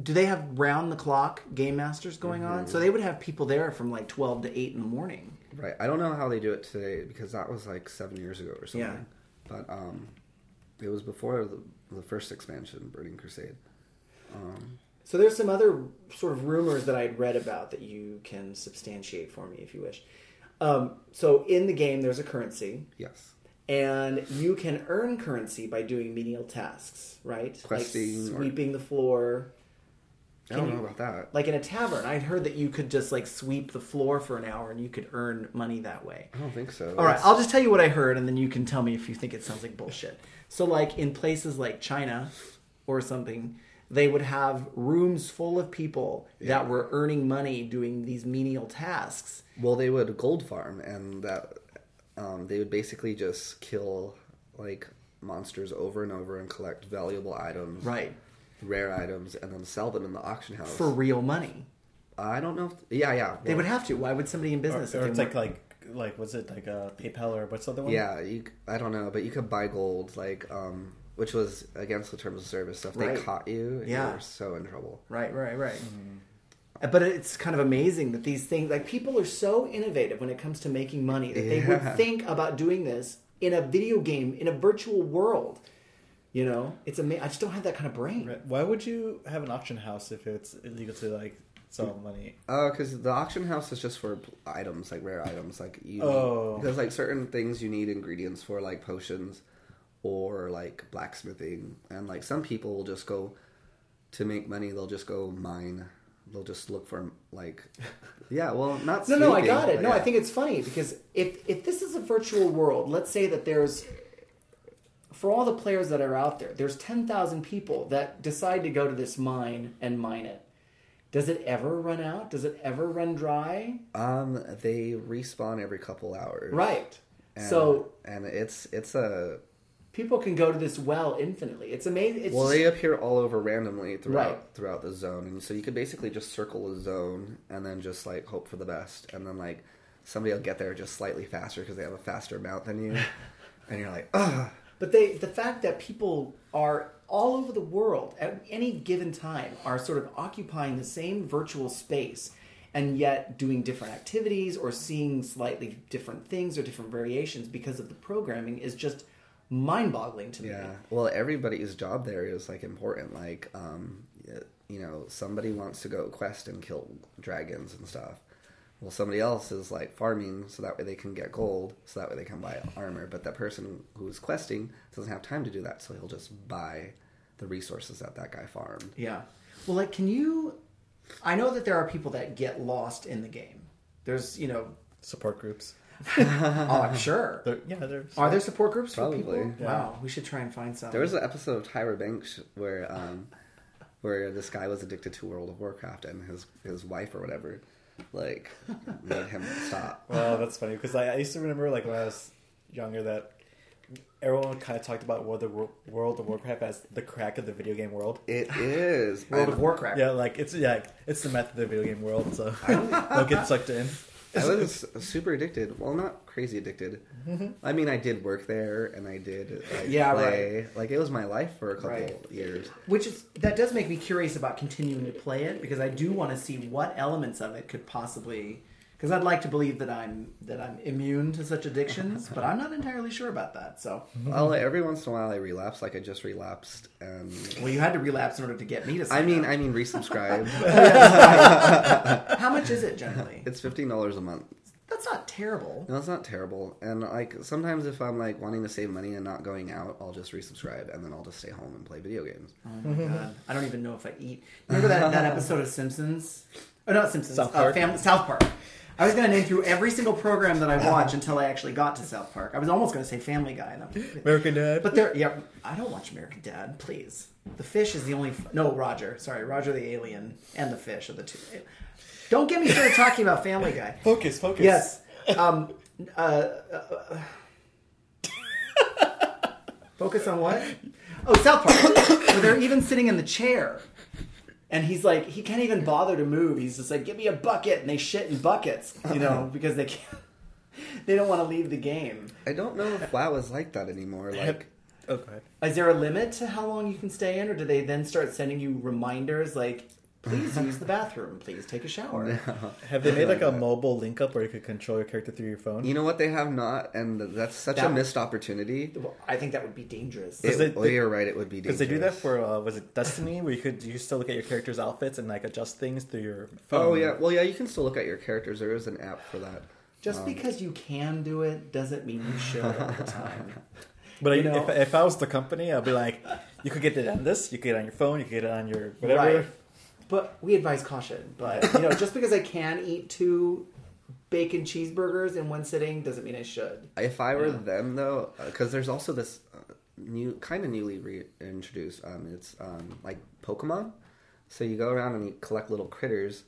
do they have round the clock game masters going on?
Mm-hmm.
So they would have people there from like twelve to eight in the morning.
Right. I don't know how they do it today because that was like seven years ago or something.
Yeah.
But um, it was before the, the first expansion, Burning Crusade. Um,
So there's some other sort of rumors that I had read about that you can substantiate for me if you wish. Um, so in the game, there's a currency,
yes.
and you can earn currency by doing menial tasks, right?
Questing
like
or-
sweeping the floor,
I don't
Can
know
you-
about that.
like in a tavern. I'd heard that you could just like sweep the floor for an hour, and you could earn money that way.
I don't think so.
All right,
It's-
I'll just tell you what I heard, and then you can tell me if you think it sounds like bullshit. So, like in places like China or something, they would have rooms full of people that were earning money doing these menial tasks.
Well, they would gold farm, and that um, they would basically just kill like monsters over and over and collect valuable items,
Right.
Rare items, and then sell them in the auction house.
For real money.
I don't know. If, yeah, yeah.
They
well,
would have to. Why would somebody in
Or,
business?
or
if
it's
they
like like like was it like uh, PayPal or what's the other one?
Yeah, you. c- I don't know, but you could buy gold. Like, um, which was against the terms of service. So if they
Right.
caught you, and
Yeah.
you were so in trouble.
Right, right, right. Mm-hmm. But it's kind of amazing that these things, like people are so innovative when it comes to making money that they would
Yeah.
think about doing this in a video game, in a virtual world. You know, it's amazing. I just don't have that kind of brain.
Right. Why would you have an auction house if it's illegal to like sell money?
Oh, because the auction house is just for items like rare items, like you.
Oh.
Because like certain things you need ingredients for, like potions, or like blacksmithing, and like some people will just go to make money. They'll just go mine. They'll just look for
(laughs)
like, yeah. Well, not
No, no, I
snooping,
got it.
but
No, I
yeah.
think it's funny because if if this is a virtual world, let's say that there's for all the players that are out there, there's 10,000 people that decide to go to this mine and mine it. Does it ever run out? Does it ever run dry?
um they respawn every couple hours,
Right.
And,
so
and it's it's a
people can go to this well infinitely. It's amazing. It's
Well,
just-
they appear all over randomly throughout
Right.
throughout the zone, and so you could basically just circle a zone and then just like hope for the best, and then like somebody will get there just slightly faster because they have a faster mount than
(laughs)
you, and you're like, ugh.
but they the fact that people are all over the world at any given time are sort of occupying the same virtual space and yet doing different activities or seeing slightly different things or different variations because of the programming is just mind-boggling to me.
Yeah. Well, everybody's job there is like important. Like, um, you know, somebody wants to go quest and kill dragons and stuff. Well, somebody else is like farming so that way they can get gold, so that way they can buy armor. But that person who's questing doesn't have time to do that, so he'll just buy the resources that that guy farmed.
Yeah. Well, like, can you? I know that there are people that get lost in the game. There's, you
(laughs)
know,
Support groups.
oh, I'm sure.
There, yeah, there's.
Are there support groups for
Probably,
people?
yeah.
Wow, we should try and find some.
There was an episode of Tyra Banks where um, where this guy was addicted to World of Warcraft and his his wife or whatever like made him stop.
Wow, that's funny because I, I used to remember like when I was younger that everyone kind of talked about World of, War- World of Warcraft as the crack of the video game world.
It is
World
I'm-
of Warcraft.
Yeah, like it's yeah, it's the meth of the video game world. So they'll get sucked in.
I was super addicted. Well, not crazy addicted. I mean, I did work there and I did like,
Mm-hmm. Yeah,
play. Like it was my life for a couple
Right.
years.
Which is that does make me curious about continuing to play it because I do want to see what elements of it could possibly. Because I'd like to believe that I'm that I'm immune to such addictions, but I'm not entirely sure about that. So,
Well, every once in a while I relapse. Like I just relapsed, and
(laughs) well, you had to relapse in order to get me to.
I
sign
mean,
up.
I mean, resubscribe.
(laughs) how much is it
(laughs)
generally?
it's fifteen dollars a month.
That's not terrible.
No, it's not terrible. And like sometimes if I'm like wanting to save money and not going out, I'll just resubscribe and then I'll just stay home and play video games.
Oh my god! I don't even know if I eat. Remember that, that episode of Simpsons? Oh, not Simpsons.
South
uh,
Park.
Fam- South Park. I was gonna name through every single program that I watch until I actually got to South Park. I was almost gonna say Family Guy. and I'm-
American uh, Dad.
But there, yeah, I don't watch American Dad. Please, the fish is the only. F- no, Roger. Sorry, Roger the alien and the fish are the two. Don't get me started talking about Family Guy.
focus, focus.
Yes. Um. Uh. uh, uh. Focus on what? Oh, South Park. Where they're even sitting in the chair, and he's like, he can't even bother to move. He's just like, give me a bucket, and they shit in buckets, you know, because they can't. They don't want to leave the game.
I don't know if WoW is like
(laughs)
that anymore. Like
Okay.
Is there a limit to how long you can stay in, or do they then start sending you reminders like, please use the bathroom, please take a shower?
Have they made like a mobile link up where you could control your character through your phone?
you know what they have not, and that's such a
That-
missed opportunity.
Well, I think that would be dangerous.
It,
they-
oh,
they-
you're right. It would be
Because
dangerous.
they do that for uh, was it Destiny where you could you still look at your character's outfits and like adjust things through your phone.
Oh yeah. Well, yeah. You can still look at your characters. There is an app for that.
Just because you can do it doesn't mean you should all
(laughs)
the time.
But
You
I-
know-
if, if I was the company, I'd be like, you could get it on this, you could get it on your phone, you could get it on your whatever.
Right. But we advise caution. But you know, just because I can eat two bacon cheeseburgers in one sitting doesn't mean I should.
If I were them though, because there's also this uh, new kind of newly reintroduced. Um, it's um, like Pokemon. So you go around and you collect little critters,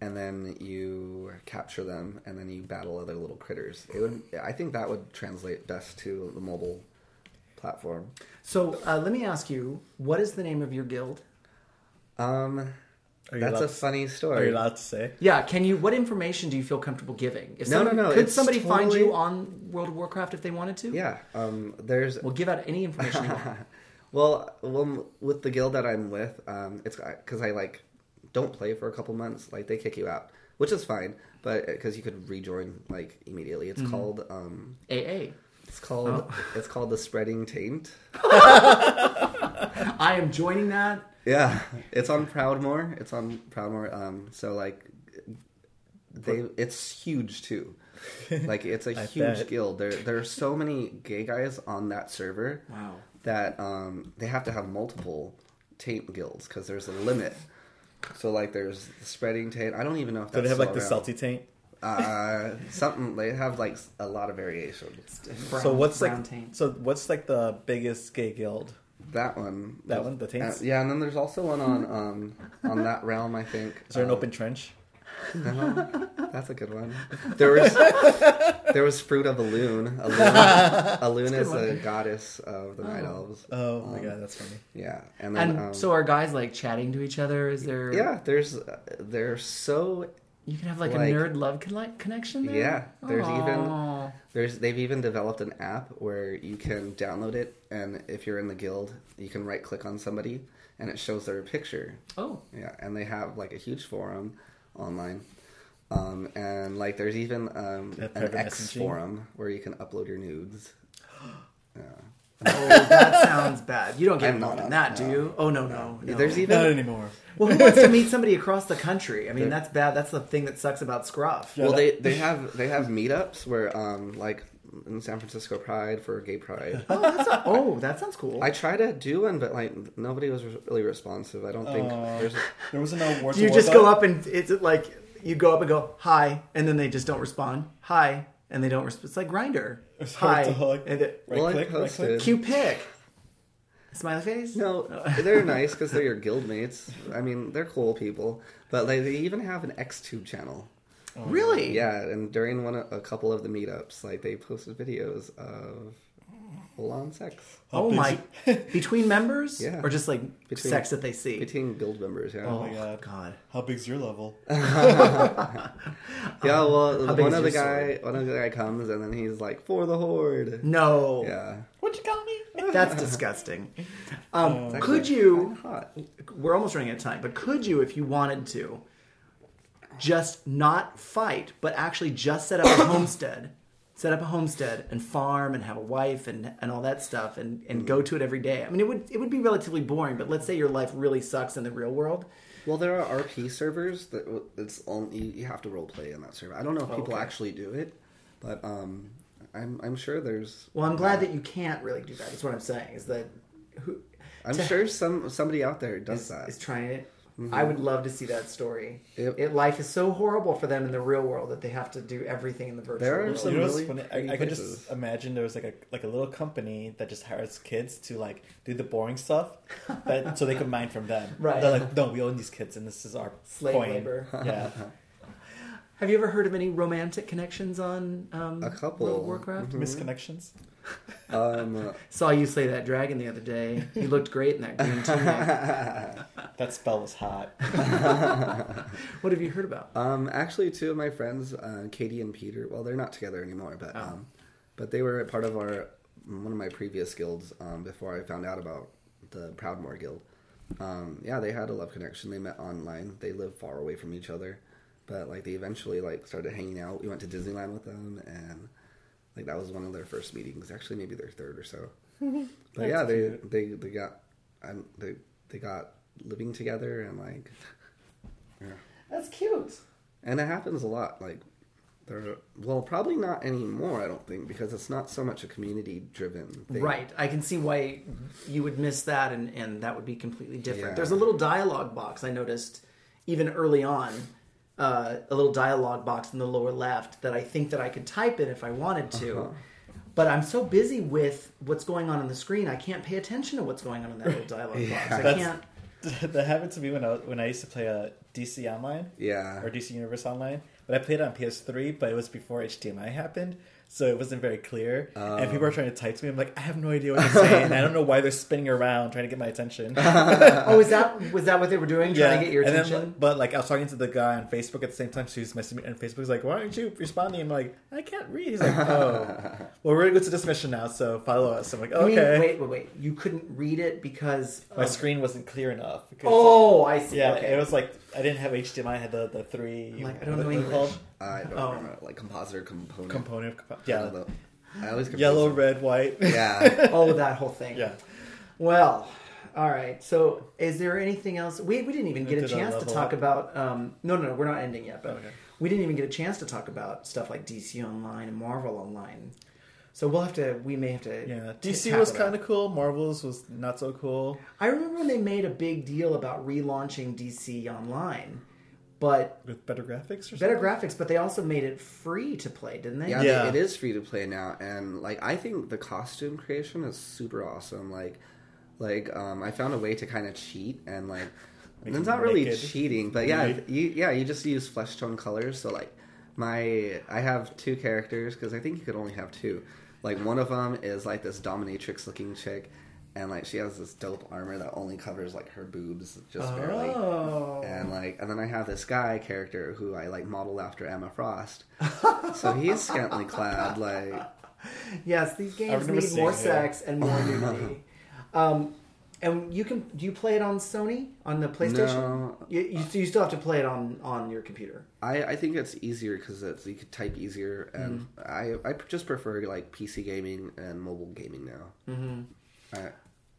and then you capture them, and then you battle other little critters. It would. I think that would translate best to the mobile platform.
So uh, let me ask you, what is the name of your guild?
Um,
Are you
that's a
allowed-
funny
Are you
story.
allowed to say?
Yeah, can you? What information do you feel comfortable giving? If
No,
someone-
no, no,
Could
it's
somebody find
totally-
you on World of Warcraft if they wanted to?
Yeah. Um, there's
Well, give out any information you want.
Well, well, with the guild that I'm with, um, it's because I like don't play for a couple months. Like they kick you out, which is fine, but because you could rejoin like immediately. It's called um,
AA.
it's called it's called the spreading taint.
I am joining that.
Yeah, it's on Proudmore. It's on Proudmore. Um, so like, they it's
(laughs)
huge too. Like it's a
I
huge
bet.
guild. There there are so many gay guys on that server.
Wow.
That um they have to have multiple taint guilds because there's a limit. So like there's the spreading taint. I don't even know if that's
So they have like the
still
salty taint.
around. uh something. They have like a lot of variation.
Brown,
so what's
brown
like?
taint.
So what's like the biggest gay guild?
That one.
That one, the taints?
Uh, yeah, and then there's also one on um on that realm. I think.
Is there an
Uh,
open trench?
No, that's a good one. There was there was fruit of a loon. A loon, a loon is a goddess of the night elves.
Oh
um,
my god, that's funny.
Yeah, and then
And
um,
so are guys like chatting to each other? Is there?
yeah, there's they're so
You can have like,
Like-
a nerd love con- connection. There?
yeah. There's
Aw.
even there's they've even developed an app where you can download it, and if you're in the guild, you can right click on somebody, and it shows their picture.
Oh,
Yeah, and they have like a huge forum online. Um, and like there's even um,
That
an
private
X
messaging?
forum where you can upload your nudes. Yeah.
oh, that sounds bad. You don't get
I'm
involved
not-
in that, do
no.
you? Oh no, no. no.
There's even
Not anymore.
well, who wants to meet somebody across the country? I mean, that's bad. That's the thing that sucks about Scruff.
well they, they have they have meetups where um like in San Francisco Pride for Gay Pride.
Oh, that's not, oh, that sounds cool.
I tried to do one, but like nobody was really responsive. I don't think
Oh.
Aw.
there's.
There was an award.
do you just go up and it's like you go up and go hi, and then they just don't respond. Hi, and they don't respond. It's like grinder. Hi,
it's all like-
and it,
Well, I posted.
Q pick. Smiley face.
No, they're nice because they're your guildmates. I mean, they're cool people, but like, they even have an XTube channel.
really.
Yeah, and during one a couple of the meetups, like they posted videos of full on sex
Oh my!
(laughs)
Between members,
Yeah.
or just like
Between-
sex that they see.
between guild members. Yeah,
oh
my God.
God!
How big's your level?
yeah. Well,
big
one
is
of
your
the guy, one of the guy comes, and then he's like, "For the horde."
No,
Yeah,
What you call me?
(laughs) that's disgusting. Um,
Oh,
could
actually
you?
hot.
We're almost running out of time, but could you, if you wanted to, just not fight, but actually just set
(coughs)
up a homestead, set up a homestead and farm and have a wife and and all that stuff, and and
Mm.
go to it every day. I mean, it would it would be relatively boring, but let's say your life really sucks in the real world.
Well, there are RP servers that w- it's only you- you have to role play in that server. I don't know if people
okay.
actually do it, but um, I'm I'm sure there's.
Well, I'm glad that you can't really do that. That's what I'm saying. Is that who?
I'm
to-
sure some somebody out there does that.
is trying it. I would love to see that story.
Mm-hmm. Yep.
It, life is so horrible for them in the real world that they have to do everything in the virtual
There are
world.
some
You know, what's
really
funny?
pretty
I, I could
places.
just imagine there was like a like a little company that just hires kids to like do the boring stuff, that, so they could mine from them.
(laughs) Right.
They're like, no, we own these kids, and this is our
Slave
coin."
labor. (laughs)
Yeah.
Have you ever heard of any romantic connections on um,
A couple. Mm-hmm.
World of Warcraft?
Misconnections.
um,
Saw you slay that dragon the other day. You looked great in that green
(laughs)
tunic.
That spell was hot.
what have you heard about?
Um, actually, two of my friends, uh, Katie and Peter. Well, they're not together anymore, but um, but they were a part of our one of my previous guilds um, before I found out about the Proudmore Guild. Um, yeah, they had a love connection. They met online. They live far away from each other, but like they eventually like started hanging out. We went to Disneyland with them, and like that was one of their first meetings. Actually, maybe their third or so. But yeah, they, they they got um, they they got living together and like
That's cute.
and it happens a lot. Like, there, well, probably not anymore. I don't think because it's not so much a community-driven thing.
Right. I can see why you would miss that and, and that would be completely different.
Yeah.
There's a little dialogue box I noticed even early on, uh, a little dialogue box in the lower left that I think that I could type in if I wanted to.
Uh-huh.
But I'm so busy with what's going on on the screen, I can't pay attention to what's going on in that little
(laughs)
dialogue box. I
That's-
can't.
that happened to me when I when I used to play uh, DC Online
Yeah.
or DC Universe Online. But I played it on PS3, but it was before HDMI happened. so it wasn't very clear. and
Oh.
people are trying to type to me. I'm like, I have no idea what they're saying. I don't know why they're spinning around trying to get my
(laughs)
attention.
oh, is that was that what they were doing? Trying to get your
and then,
attention?
like, but like I was talking to the guy on Facebook at the same time, so he's messaging me, and Facebook's like, "Why aren't you responding?" I'm like, "I can't read." He's like,
(laughs)
"Oh, well, we're gonna go to this mission now, so follow us." I'm like,
You mean-
"Okay."
wait, wait, wait. You couldn't read it because.
My
of-
screen wasn't clear enough. Because,
Oh, I see.
yeah,
okay.
it was like I didn't have HDMI. I had the, the 3
I'm like, I don't know
what are they
English.
called?
I don't
Oh.
remember. Like compositor component.
component.
I
Yeah,
don't know. I always confuse
yellow,
them.
red, white. (laughs)
Yeah. (laughs)
oh, that whole thing.
yeah.
Well, all right. So, is there anything else? We, we didn't even get a
Did I
chance to
level
talk
up?
about. Um, no, no, no, we're not ending yet. But
Okay.
we didn't even get a chance to talk about stuff like DC Online and Marvel Online. So we'll have to. We may have to.
Yeah,
t-
DC
tackle
was
that.
kind of cool. Marvel's was not so cool.
I remember when they made a big deal about relaunching DC Online, but
With better graphics or something.
better graphics. But they also made it free to play, didn't they?
Yeah,
Yeah.
they- it is free to play now, and like I think the costume creation is super awesome. Like, like um, I found a way to kind of cheat and like
Make
it's
them
not really
naked.
cheating, but yeah,
Nude.
you yeah you just use flesh tone colors. So like my I have two characters because I think you could only have two. Like one of them is like this dominatrix looking chick, and like she has this dope armor that only covers like her boobs just barely
Oh.
and like and then I have this guy character who I like modeled after Emma Frost. so he's scantily clad, like
Yes, these games
never
need
seen
more
it.
sex and more nudity. um, and you can do you play it on Sony on the PlayStation?
No.
You, you, you still have to play it on on your computer.
I, I think it's easier because it's you could type easier, and I I just prefer like PC gaming and mobile gaming now. Mm-hmm.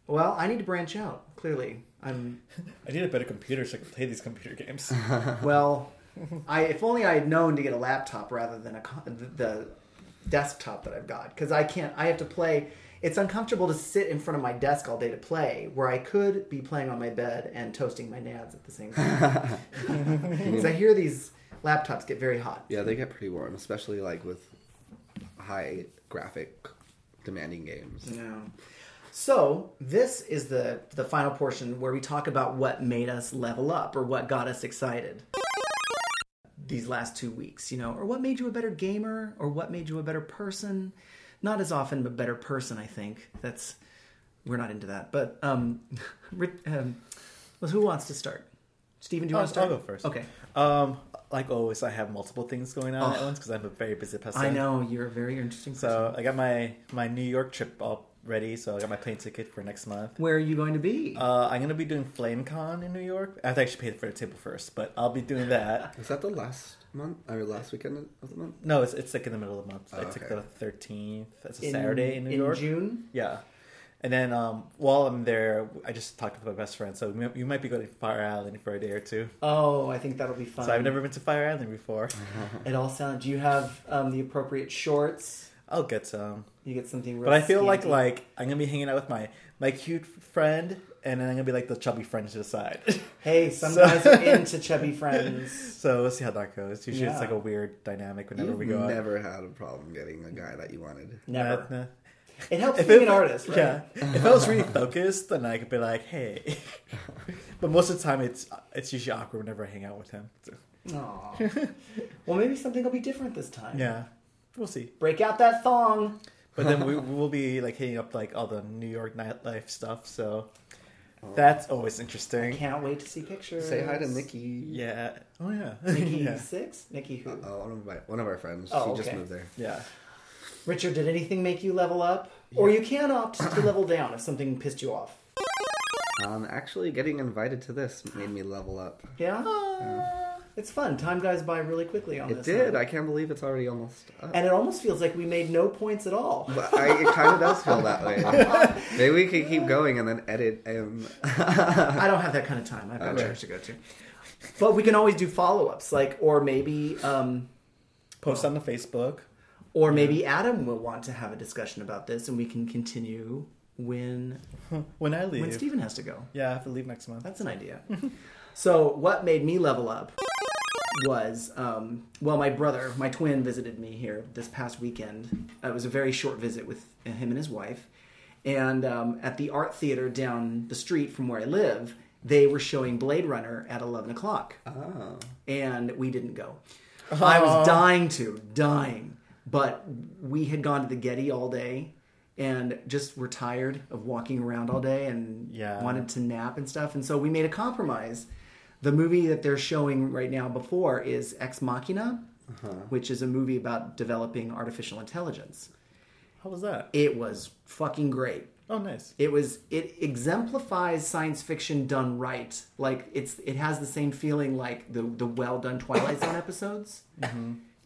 Well, I need to branch out. Clearly, I'm
I need a better computer so I can play these computer
(laughs)
games.
well. I if only I had known to get a laptop rather than a co- the- the desktop that I've got because I can't. I have to play. It's uncomfortable to sit in front of my desk all day to play, where I could be playing on my bed and toasting my nads at the same time. (laughs) Because I hear these laptops get very hot.
yeah, they get pretty warm, especially like with high graphic demanding games.
No. So this is the the final portion where we talk about what made us level up or what got us excited these last two weeks, you know, or what made you a better gamer or what made you a better person. Not as often, but better person, I think. That's we're not into that. But um, (laughs) Rick- um well, who wants to start? Stephen, do you
I'll-
want to start?
I'll go first.
Okay.
Um, like always, I have multiple things going on at once because I'm a very busy person.
I know you're a very interesting person.
So I got my my New York trip all ready. So I got my plane ticket for next month.
Where are you going to be?
Uh, I'm gonna be doing FlameCon in New York. I have to actually pay for the table first, but I'll be doing
(laughs)
that.
Is that the last month or last weekend of the month?
No, it's, it's like in the middle of the month. it's like
okay.
the 13th. It's a Saturday in New York.
June.
Yeah. And then um, while I'm there, I just talked with my best friend. So you might be going to Fire Island for a day or two.
Oh, I think that'll be fun.
So I've never been to Fire Island before.
It all sounds. Do you have um, the appropriate shorts?
I'll get some.
You get something. Real
But I feel like
scanty.
like I'm gonna be hanging out with my my cute friend, and then I'm gonna be like the chubby friend to the side.
(laughs) hey, some
So-
guys
(laughs)
are into chubby friends.
so we'll see how that goes. Usually
Yeah.
it's like a weird dynamic whenever
You've
we go. out. Uh,
never had a problem getting a guy that you wanted.
Never.
Nah, nah.
It helps
If
being
it-
an artist, right?
Yeah. if I
(laughs)
was really focused, then I could be like, hey. (laughs) but most of the time, it's it's usually awkward whenever I hang out with him. So, (laughs)
Aw. well, maybe something will be different this time.
yeah, we'll see.
Break out that thong.
But
(laughs)
then we we will be like hitting up like all the New York nightlife stuff. So that's always interesting.
Oh. Can't wait to see pictures.
Say hi to Nikki.
Yeah. Oh yeah.
Nikki
(laughs) yeah.
six. Nikki who?
Oh, one of my one of our friends.
Oh,
she
okay.
just moved there.
Yeah.
Richard, did anything make you level up? Or you can opt to level down if something pissed you off.
Um, actually, getting invited to this made me level up.
Yeah,
Uh.
it's fun. Time goes by really quickly on
It
this.
did.
one.
I can't believe it's already almost up.
and it almost feels like we made no points at all.
But I, it kind of does feel
(laughs)
that way. Maybe we could keep going and then edit. Um,
I don't have that kind of time. I've got church to go to. But we can always do follow ups, like or maybe um,
Post on the Facebook.
or maybe Adam will want to have a discussion about this, and we can continue when
When I leave.
when Steven has to go.
yeah, I have to leave next month.
That's an idea. (laughs) so what made me level up was um, well, my brother, my twin, visited me here this past weekend. Uh, it was a very short visit with him and his wife, and um, at the art theater down the street from where I live, they were showing Blade Runner at eleven o'clock,
oh.
and we didn't go. I was dying to, dying. But we had gone to the Getty all day and just were tired of walking around all day and
Yeah.
wanted to nap and stuff. And so we made a compromise. The movie that they're showing right now before is Ex Machina, which is a movie about developing artificial intelligence.
How was that?
It was fucking great
Oh, nice.
it was it exemplifies science fiction done right like it's it has the same feeling like the the well done twilight zone episodes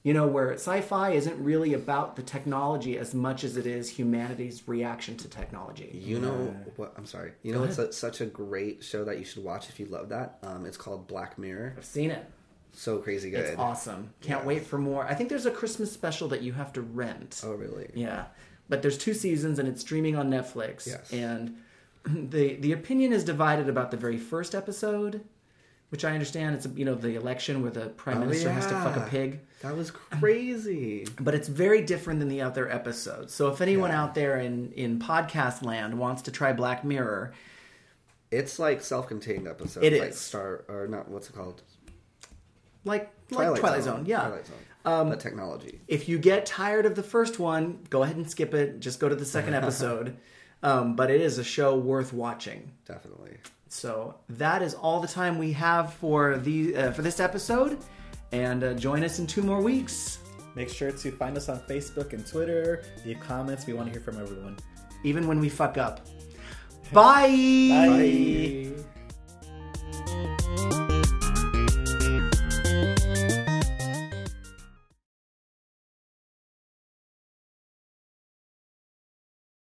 you know where sci-fi isn't really about the technology as much as it is humanity's reaction to technology
You know what? I'm sorry. You know it's a, such a great show that you should watch if you love that. Um, it's called Black Mirror.
i've seen it
So crazy good.
it's awesome can't wait for more i think there's a christmas special that you have to rent
Oh really?
Yeah, but there's two seasons and it's streaming on Netflix.
Yes.
And (clears throat) the the opinion is divided about the very first episode, which I understand. It's you know the election where the prime minister has to fuck
Oh, yeah.
a pig.
That was crazy.
But it's very different than the other episodes. So if anyone out there in in podcast land wants to try Black Mirror,
It's like self-contained episodes.
It
like
is.
Star or not? What's it called?
like like Twilight Zone, yeah. Um,
Twilight Zone. but technology.
if you get tired of the first one, go ahead and skip it. Just go to the second episode. Um, but it is a show worth watching.
Definitely.
So that is all the time we have for the uh, for this episode, and uh, join us in two more weeks.
Make sure to find us on Facebook and Twitter. Leave comments. We want to hear from everyone.
Even when we fuck up. Bye.
Bye.